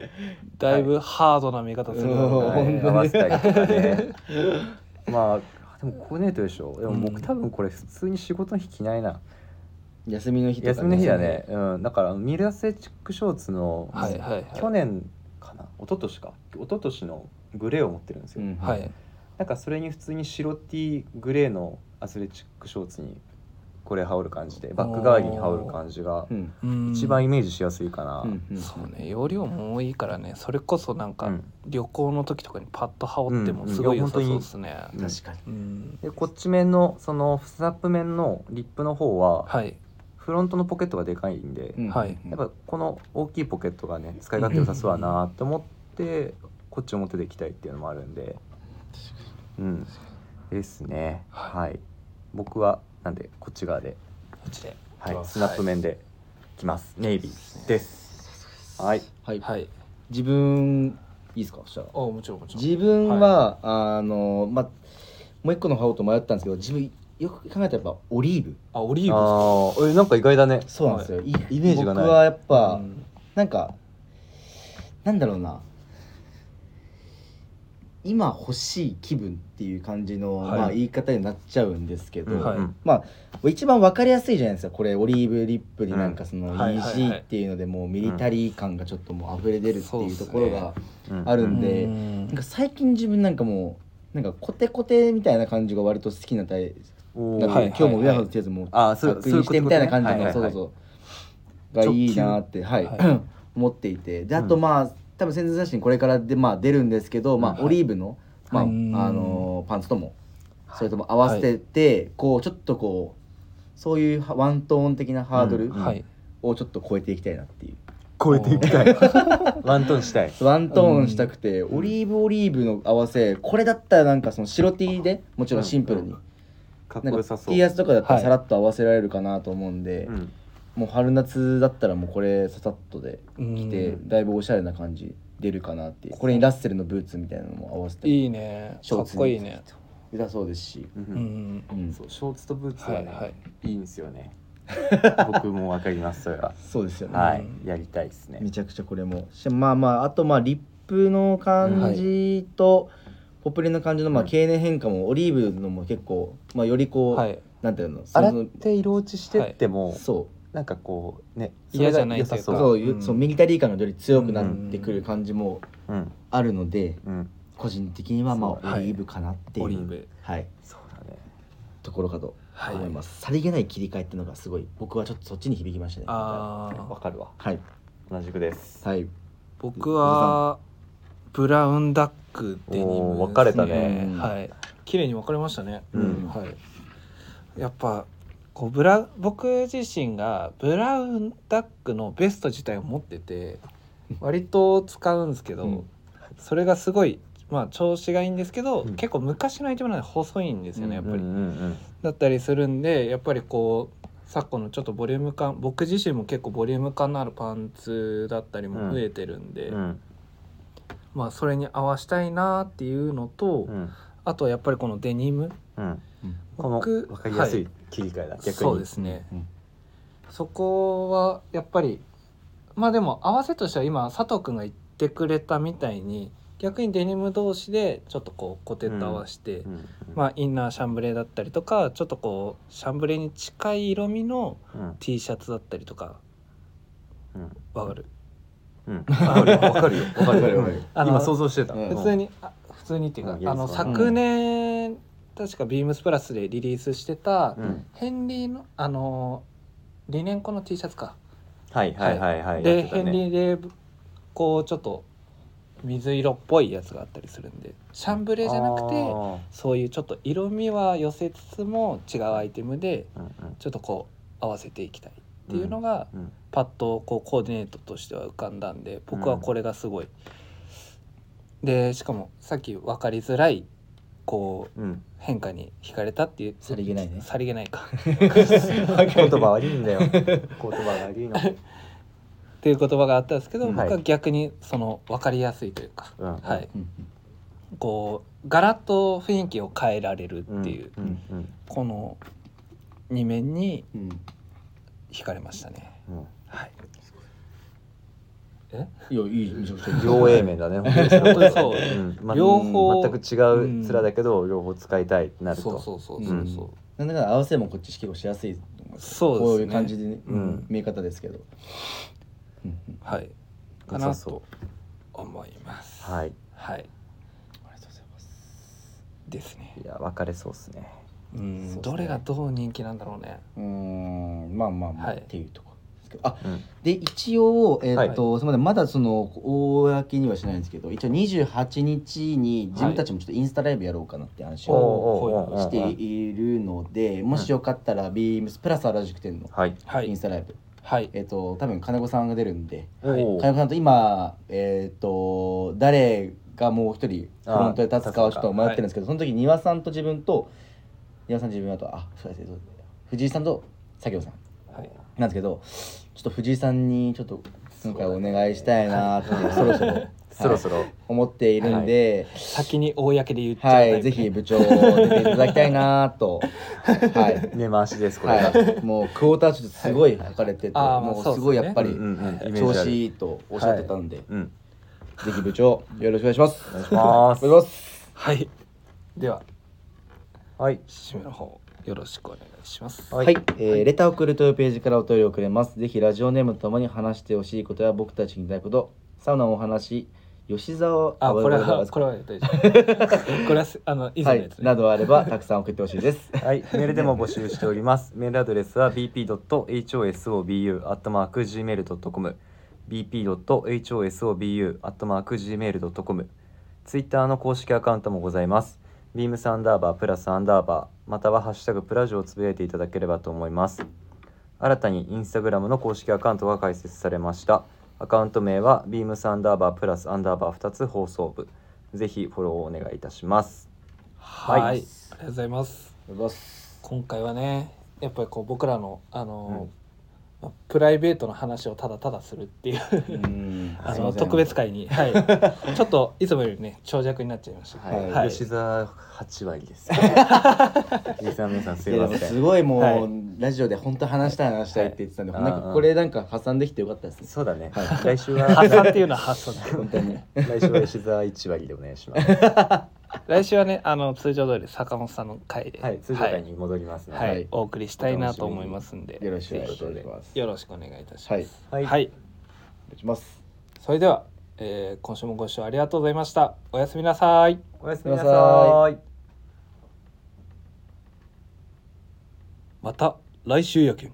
[SPEAKER 1] だいぶハードな見方するの
[SPEAKER 2] うん
[SPEAKER 1] が
[SPEAKER 3] は
[SPEAKER 1] はいい
[SPEAKER 3] 合わせたりとかねまあでもコーディネートでしょでも
[SPEAKER 1] うん
[SPEAKER 3] 僕多分これ普通に仕事の日着ないな
[SPEAKER 2] 休みの日とか
[SPEAKER 3] 休みの日だねうんだからミルアスレチックショーツの
[SPEAKER 1] はいはい
[SPEAKER 3] 去年かな一昨年か一昨年のグレーを持ってるんですよ、
[SPEAKER 2] うん
[SPEAKER 1] はい
[SPEAKER 3] なんかそれに普通に白 T グレーのアスレチックショーツにこれ羽織る感じでバック代わりに羽織る感じが
[SPEAKER 2] うん
[SPEAKER 1] うん
[SPEAKER 3] 一番イメージしやすいかな、
[SPEAKER 2] うんうん
[SPEAKER 1] そうね容量も多いからねそれこそなん
[SPEAKER 3] う
[SPEAKER 1] か
[SPEAKER 3] ん
[SPEAKER 1] 旅行の時とかにパッと羽織っても
[SPEAKER 3] うんうん
[SPEAKER 1] すごい良さそうですね
[SPEAKER 3] や
[SPEAKER 2] 確かに
[SPEAKER 1] うん
[SPEAKER 3] でこっち面のそのスナップ面のリップの方は
[SPEAKER 1] はい
[SPEAKER 3] フロントのポケットがでかいんで、
[SPEAKER 2] うん
[SPEAKER 1] はい
[SPEAKER 3] やっぱこの大きいポケットがね使い勝手良さそうだなと思ってこっち表で行きたいっていうのもあるんでうんですねはい僕はなんでこっち側で、
[SPEAKER 1] こっちで
[SPEAKER 3] はい
[SPEAKER 1] 行き、ます
[SPEAKER 3] スナップ面で来ます、ネイビーですはい
[SPEAKER 2] はい
[SPEAKER 1] はい
[SPEAKER 2] 自分いいですかそしたら
[SPEAKER 1] あもちろんもちろん
[SPEAKER 2] 自分は、あのまあもう一個の羽織と迷ったんですけど自分よく考えたらやっぱオリーブ
[SPEAKER 1] あオリ
[SPEAKER 3] あ
[SPEAKER 1] ー
[SPEAKER 3] ーえなんか意外だね
[SPEAKER 2] そうなんですよ、い
[SPEAKER 3] イメージがない
[SPEAKER 2] 僕はやっ
[SPEAKER 1] ブ
[SPEAKER 2] ぱ、
[SPEAKER 1] うん
[SPEAKER 2] なんかなんだろうな今欲しい気分っていう感じの、
[SPEAKER 1] はい
[SPEAKER 2] まあ、言い方になっちゃうんですけど、
[SPEAKER 3] うん
[SPEAKER 1] はい
[SPEAKER 3] うん
[SPEAKER 2] まあ一番分かりやすいじゃないですかこれオリーブリップになんかその
[SPEAKER 1] うんはいはいはい
[SPEAKER 2] EG っていうのでもうミリタリー感がちょっともう溢れ出るっていうとこ
[SPEAKER 1] そ
[SPEAKER 2] ろ
[SPEAKER 1] うっ
[SPEAKER 2] が
[SPEAKER 1] す
[SPEAKER 3] うん
[SPEAKER 2] あるんで、
[SPEAKER 1] うん
[SPEAKER 2] なんか最近自分なんかもうなんかコテコテみたいな感じが割と好きなタイプ
[SPEAKER 3] おー
[SPEAKER 2] なんか
[SPEAKER 1] はい
[SPEAKER 2] 今日も上原のテーズも
[SPEAKER 3] あーそう
[SPEAKER 2] 確認してみたいな感じ
[SPEAKER 3] そうい
[SPEAKER 2] の
[SPEAKER 3] うこ
[SPEAKER 2] そ
[SPEAKER 3] と
[SPEAKER 2] う
[SPEAKER 3] ね
[SPEAKER 2] そうそうがいいなってはい
[SPEAKER 1] はい
[SPEAKER 2] [LAUGHS] 思っていてで
[SPEAKER 3] う
[SPEAKER 2] あ
[SPEAKER 3] ん
[SPEAKER 2] とまあ多分宣伝写真これからでまあ出るんですけどま
[SPEAKER 1] は
[SPEAKER 2] あ
[SPEAKER 1] い
[SPEAKER 2] オリーブのまああ
[SPEAKER 1] はい
[SPEAKER 2] のーパンツともそれとも合わせてこうちょっとこうそういうワントーン的なハードル
[SPEAKER 3] うん
[SPEAKER 1] はい
[SPEAKER 2] をちょっと超えていきたいなっていう
[SPEAKER 3] 超えていきたいワントーンしたい
[SPEAKER 2] ワントーンしたくて、オリーブオリーブの合わせこれだったらなんかその白 T でもちろんシンプルに、
[SPEAKER 3] かっ
[SPEAKER 2] なん
[SPEAKER 3] こよ
[SPEAKER 2] か
[SPEAKER 3] さそう
[SPEAKER 2] T シャツとかだった
[SPEAKER 1] は
[SPEAKER 2] ら
[SPEAKER 1] い
[SPEAKER 2] さらっと合わせられるかなと思うんで、
[SPEAKER 3] うん
[SPEAKER 2] もう春夏だったらもうこれささっとで着て、
[SPEAKER 1] うん
[SPEAKER 2] だいぶおしゃれな感じ出るかなっていうこれにラッセルのブーツみたいなのも合わせて
[SPEAKER 1] いいね
[SPEAKER 2] シ
[SPEAKER 1] か
[SPEAKER 2] ョー
[SPEAKER 1] っ
[SPEAKER 2] ツ
[SPEAKER 1] こいいね
[SPEAKER 2] 良さそうですし、
[SPEAKER 3] う
[SPEAKER 1] うんん
[SPEAKER 2] うん
[SPEAKER 3] そうショーツとブーツ
[SPEAKER 1] は
[SPEAKER 3] はいね、
[SPEAKER 1] はい
[SPEAKER 3] いいんですよね僕もわかりますそれは
[SPEAKER 2] そうですよね、
[SPEAKER 3] はい、
[SPEAKER 1] うん
[SPEAKER 3] やりたいですね
[SPEAKER 2] めちゃくちゃこれもしまあまああとまあリップの感じと、ポプリの感じのまあ
[SPEAKER 3] うん
[SPEAKER 2] 経年変化もオリーブのも結構、まあ、よりこう、
[SPEAKER 1] はい
[SPEAKER 2] なんていうのそ
[SPEAKER 3] 洗
[SPEAKER 2] の
[SPEAKER 3] って色落ちしてっても、
[SPEAKER 2] そう
[SPEAKER 3] なんかこうね
[SPEAKER 1] 嫌じゃないというか
[SPEAKER 3] そ
[SPEAKER 2] そう
[SPEAKER 3] れが良さ
[SPEAKER 2] そう,、
[SPEAKER 1] うん
[SPEAKER 2] そうミリタリー感がより強くなってくる感じも
[SPEAKER 3] そううん
[SPEAKER 2] あるので、
[SPEAKER 3] うん
[SPEAKER 2] 個人的にはま
[SPEAKER 1] そう
[SPEAKER 2] あオリーブかなっていう、
[SPEAKER 1] オ
[SPEAKER 2] は
[SPEAKER 1] リ
[SPEAKER 2] い
[SPEAKER 1] ーブ
[SPEAKER 3] そうだね
[SPEAKER 2] ところかと
[SPEAKER 1] はい
[SPEAKER 2] 思います、さりげない切り替えっていうのがすごい僕はちょっとそっちに響きましたね
[SPEAKER 1] あー
[SPEAKER 3] わかるわ
[SPEAKER 2] はい
[SPEAKER 3] 同じくです
[SPEAKER 2] はい
[SPEAKER 1] 僕はブラウンダックデニム、
[SPEAKER 3] おー分かれた
[SPEAKER 2] ね
[SPEAKER 1] はい綺麗に分かれましたね、
[SPEAKER 3] うん
[SPEAKER 1] はい、やっぱこうブラ僕自身がブラウンダックのベスト自体を持って [LAUGHS] て割と使うんですけど、
[SPEAKER 2] うん
[SPEAKER 1] それがすごいまあ調子がいいんですけど、
[SPEAKER 3] うん
[SPEAKER 1] 結構昔のアイテムなんで細いんですよねやっぱり、
[SPEAKER 3] うんうん
[SPEAKER 1] だったりするんでやっぱりこう昨今のちょっとボリューム感僕自身も結構ボリューム感のあるパンツだったりも増えてるんで、
[SPEAKER 3] うんうん
[SPEAKER 1] まあそれに合わしたいなっていうのと、
[SPEAKER 3] うん
[SPEAKER 1] あとはやっぱりこのデニム
[SPEAKER 3] うん
[SPEAKER 2] うん
[SPEAKER 3] この
[SPEAKER 1] 僕
[SPEAKER 3] わかりやすい切り替えだ、逆に
[SPEAKER 1] そうですね、
[SPEAKER 2] うん
[SPEAKER 1] そこはやっぱりまあでも合わせとしては今佐藤君が言ってくれたみたいに逆にデニム同士でちょっとこうコテッと合わせて、
[SPEAKER 3] うん
[SPEAKER 1] まあ、インナーシャンブレーだったりとかちょっとこうシャンブレーに近い色味の
[SPEAKER 3] うん、
[SPEAKER 1] T シャツだったりとか
[SPEAKER 3] うん
[SPEAKER 1] わかる
[SPEAKER 3] うん、わかるよわかるよわかるよ
[SPEAKER 2] わかるよ
[SPEAKER 1] あの
[SPEAKER 3] 今想像してた、
[SPEAKER 2] うん
[SPEAKER 1] 普通にあ普通にっていうか、
[SPEAKER 3] うん
[SPEAKER 1] あの
[SPEAKER 3] イエスはね
[SPEAKER 1] 昨年、確かビームスプラスでリリースしてた、
[SPEAKER 3] うん
[SPEAKER 1] ヘンリーのあのリネンコの T シャツか、
[SPEAKER 3] はいはいはいはい、
[SPEAKER 1] で、
[SPEAKER 3] やって
[SPEAKER 1] ヘ
[SPEAKER 3] た
[SPEAKER 1] ン
[SPEAKER 3] ね
[SPEAKER 1] リーでこうちょっと水色っぽいやつがあったりするんでシャンブレーじゃなく
[SPEAKER 3] あ
[SPEAKER 1] てそういうちょっと色味は寄せつつも違うアイテムで
[SPEAKER 3] ーうん
[SPEAKER 1] ちょっとこう合わせていきたいっていうのが、
[SPEAKER 3] うんうん
[SPEAKER 1] パッとこうコーディネートとしては浮かんだんで僕はこれがすごい、でしかもさっき分かりづらいこう
[SPEAKER 3] うん、
[SPEAKER 1] 変化に惹かれたっていう
[SPEAKER 2] さりげないね
[SPEAKER 1] さりげないか [LAUGHS]
[SPEAKER 3] [LAUGHS] 言葉悪いんだよ言葉が悪いの、
[SPEAKER 1] っていう言葉があったんですけど、
[SPEAKER 2] うん
[SPEAKER 1] 僕は逆にその分かりやすいというか、
[SPEAKER 3] うん、
[SPEAKER 1] はい
[SPEAKER 2] うん
[SPEAKER 1] こうガラッと雰囲気を変えられるっていう、
[SPEAKER 3] うんうん
[SPEAKER 1] この2面に
[SPEAKER 2] うん
[SPEAKER 1] 惹かれましたね。
[SPEAKER 3] うん
[SPEAKER 1] はい、
[SPEAKER 2] いやいいめちゃくちゃ
[SPEAKER 3] 両 A 面だね本当に
[SPEAKER 1] 本当にそう
[SPEAKER 3] うんま
[SPEAKER 1] 両方
[SPEAKER 3] 全く違う面だけど、両方使いたいってなると
[SPEAKER 1] そうそうそうそうそう、
[SPEAKER 2] うなんだかんだ合わせもこっち結構しやすいと思ます
[SPEAKER 1] そうですね
[SPEAKER 2] こういう感じでね
[SPEAKER 3] うん
[SPEAKER 2] 見え方ですけどうんうん
[SPEAKER 1] はいか
[SPEAKER 3] 良
[SPEAKER 1] な
[SPEAKER 3] さそ
[SPEAKER 1] と思います。
[SPEAKER 3] うはい
[SPEAKER 1] はい
[SPEAKER 2] ありがとうございます
[SPEAKER 1] ですね。
[SPEAKER 3] いや分かれそうですね
[SPEAKER 1] う、
[SPEAKER 2] そうんですね
[SPEAKER 1] どれがどう人気なんだろうね。
[SPEAKER 2] うーんまあまあまあ
[SPEAKER 1] はい
[SPEAKER 2] っていうとこですけどあ
[SPEAKER 3] うん
[SPEAKER 2] で一応、えーとすみませんまだその公にはしないんですけど一応28日に自分たちもちょっとインスタライブやろうかなって話
[SPEAKER 1] お
[SPEAKER 2] を
[SPEAKER 1] お
[SPEAKER 2] しているのでもしよかったらビームスプラス原宿店の
[SPEAKER 3] はい
[SPEAKER 1] は
[SPEAKER 2] イン
[SPEAKER 1] い
[SPEAKER 2] ス。タライブ、
[SPEAKER 1] はい。
[SPEAKER 2] えっ、と多分金子さんが出るんで
[SPEAKER 1] はい
[SPEAKER 3] おー
[SPEAKER 2] 金子さんと今えっ、と誰がもう一人フロントで立つかはちょっと迷ってるんですけどその時丹羽さんと自分と丹羽さん自分あとあそうですねそうですね藤井さんと作業さん
[SPEAKER 1] はい。
[SPEAKER 2] なんですけどちょっと藤井さんにちょっと今回お願いしたいなってそろそろ
[SPEAKER 3] そろそろ
[SPEAKER 2] 思っているんで、
[SPEAKER 1] 先に公で言っちゃう
[SPEAKER 2] は
[SPEAKER 1] タイ
[SPEAKER 2] い
[SPEAKER 1] プね。
[SPEAKER 2] ぜひ部長出ていただきたいな [LAUGHS] とはい、
[SPEAKER 3] 根回しですこれが、
[SPEAKER 2] はい、もうクォーターちょっとすごい履かれてて、
[SPEAKER 1] あーまあ
[SPEAKER 2] も
[SPEAKER 1] そううですね
[SPEAKER 2] すごいやっぱり
[SPEAKER 3] うんうんうんイメ
[SPEAKER 2] 調
[SPEAKER 3] ージあ
[SPEAKER 2] 子
[SPEAKER 3] る
[SPEAKER 2] いいとおっしゃってたんで、
[SPEAKER 3] うん
[SPEAKER 2] ぜひ部長よろしくお願いします
[SPEAKER 3] お願いします
[SPEAKER 2] お願いします
[SPEAKER 1] はい。では、
[SPEAKER 3] はい
[SPEAKER 1] 締めの方、よろしくお願いします。
[SPEAKER 2] はい、えーレターを送るというページからお便りをくれます。ぜひラジオネームとともに話してほしいことや僕たちに言いたいこと、サウナのお話、吉沢
[SPEAKER 1] あ、これ
[SPEAKER 2] ごめんなさ
[SPEAKER 1] は、
[SPEAKER 2] い
[SPEAKER 1] これは大丈
[SPEAKER 2] [LAUGHS]
[SPEAKER 1] 夫。これは、あの、以
[SPEAKER 2] は
[SPEAKER 1] 前の
[SPEAKER 2] い
[SPEAKER 1] やつ、ね。
[SPEAKER 2] などあればたくさん送ってほしいです。
[SPEAKER 3] はい、メールでも募集しております。 [LAUGHS] メールアドレスは bp.hosobu.gmail.com bp.hosobu.gmail.com ツイッターの公式アカウントもございます。ビームサンダーバープラスアンダーバーまたはハッシュタグプラジオをつぶやいていただければと思います。新たにインスタグラムの公式アカウントが開設されました。アカウント名はビームサンダーバープラスアンダーバー2つ放送部。ぜひフォローをお願いいたします。
[SPEAKER 1] はい。
[SPEAKER 3] は
[SPEAKER 1] あ
[SPEAKER 3] い
[SPEAKER 1] りがとうございます。
[SPEAKER 2] お願いします
[SPEAKER 1] 今回はね、やっぱりこう、僕らの、あの
[SPEAKER 3] う。
[SPEAKER 1] まあプライベートの話をただただするって
[SPEAKER 2] [LAUGHS]
[SPEAKER 1] いう
[SPEAKER 2] うん
[SPEAKER 1] あ
[SPEAKER 2] すいま
[SPEAKER 1] の
[SPEAKER 2] せん
[SPEAKER 1] 特別会に、
[SPEAKER 2] [LAUGHS]
[SPEAKER 1] はい、ちょっといつもよりね長尺になっちゃいました、
[SPEAKER 3] はい、
[SPEAKER 1] はい
[SPEAKER 3] 吉沢八割 [LAUGHS] です。リスナーの皆さんす
[SPEAKER 2] い
[SPEAKER 3] い
[SPEAKER 2] や
[SPEAKER 3] ま
[SPEAKER 2] でも
[SPEAKER 3] せ
[SPEAKER 2] す
[SPEAKER 3] ん。
[SPEAKER 2] ごいもう、
[SPEAKER 1] はい
[SPEAKER 2] ラジオで本当話したい話したいって言ってたんで、
[SPEAKER 3] はい
[SPEAKER 2] なん
[SPEAKER 3] うんう
[SPEAKER 2] か
[SPEAKER 3] ん
[SPEAKER 2] これなんか破産できてよかったですね。
[SPEAKER 3] そうだね。
[SPEAKER 2] は
[SPEAKER 3] 来週は
[SPEAKER 1] 発散っていうのは発想だ
[SPEAKER 2] 本当に。
[SPEAKER 3] 来週は吉沢一割でお願いします。
[SPEAKER 1] 来週はねあの通常通り坂本さんの回で、
[SPEAKER 3] はい、通常回に戻りますの
[SPEAKER 1] はい
[SPEAKER 3] で。
[SPEAKER 2] はい
[SPEAKER 1] お送りしたいなと思いますんで
[SPEAKER 2] よろしくお
[SPEAKER 1] ぜ
[SPEAKER 2] 願い
[SPEAKER 1] ひ
[SPEAKER 2] します。
[SPEAKER 1] よろしくお願いいたします
[SPEAKER 3] はい
[SPEAKER 2] お願いします。
[SPEAKER 1] それでは、えー今週もご視聴ありがとうございましたおやすみなさい
[SPEAKER 3] おやすみな
[SPEAKER 2] おや
[SPEAKER 3] さい。
[SPEAKER 1] また来週やけん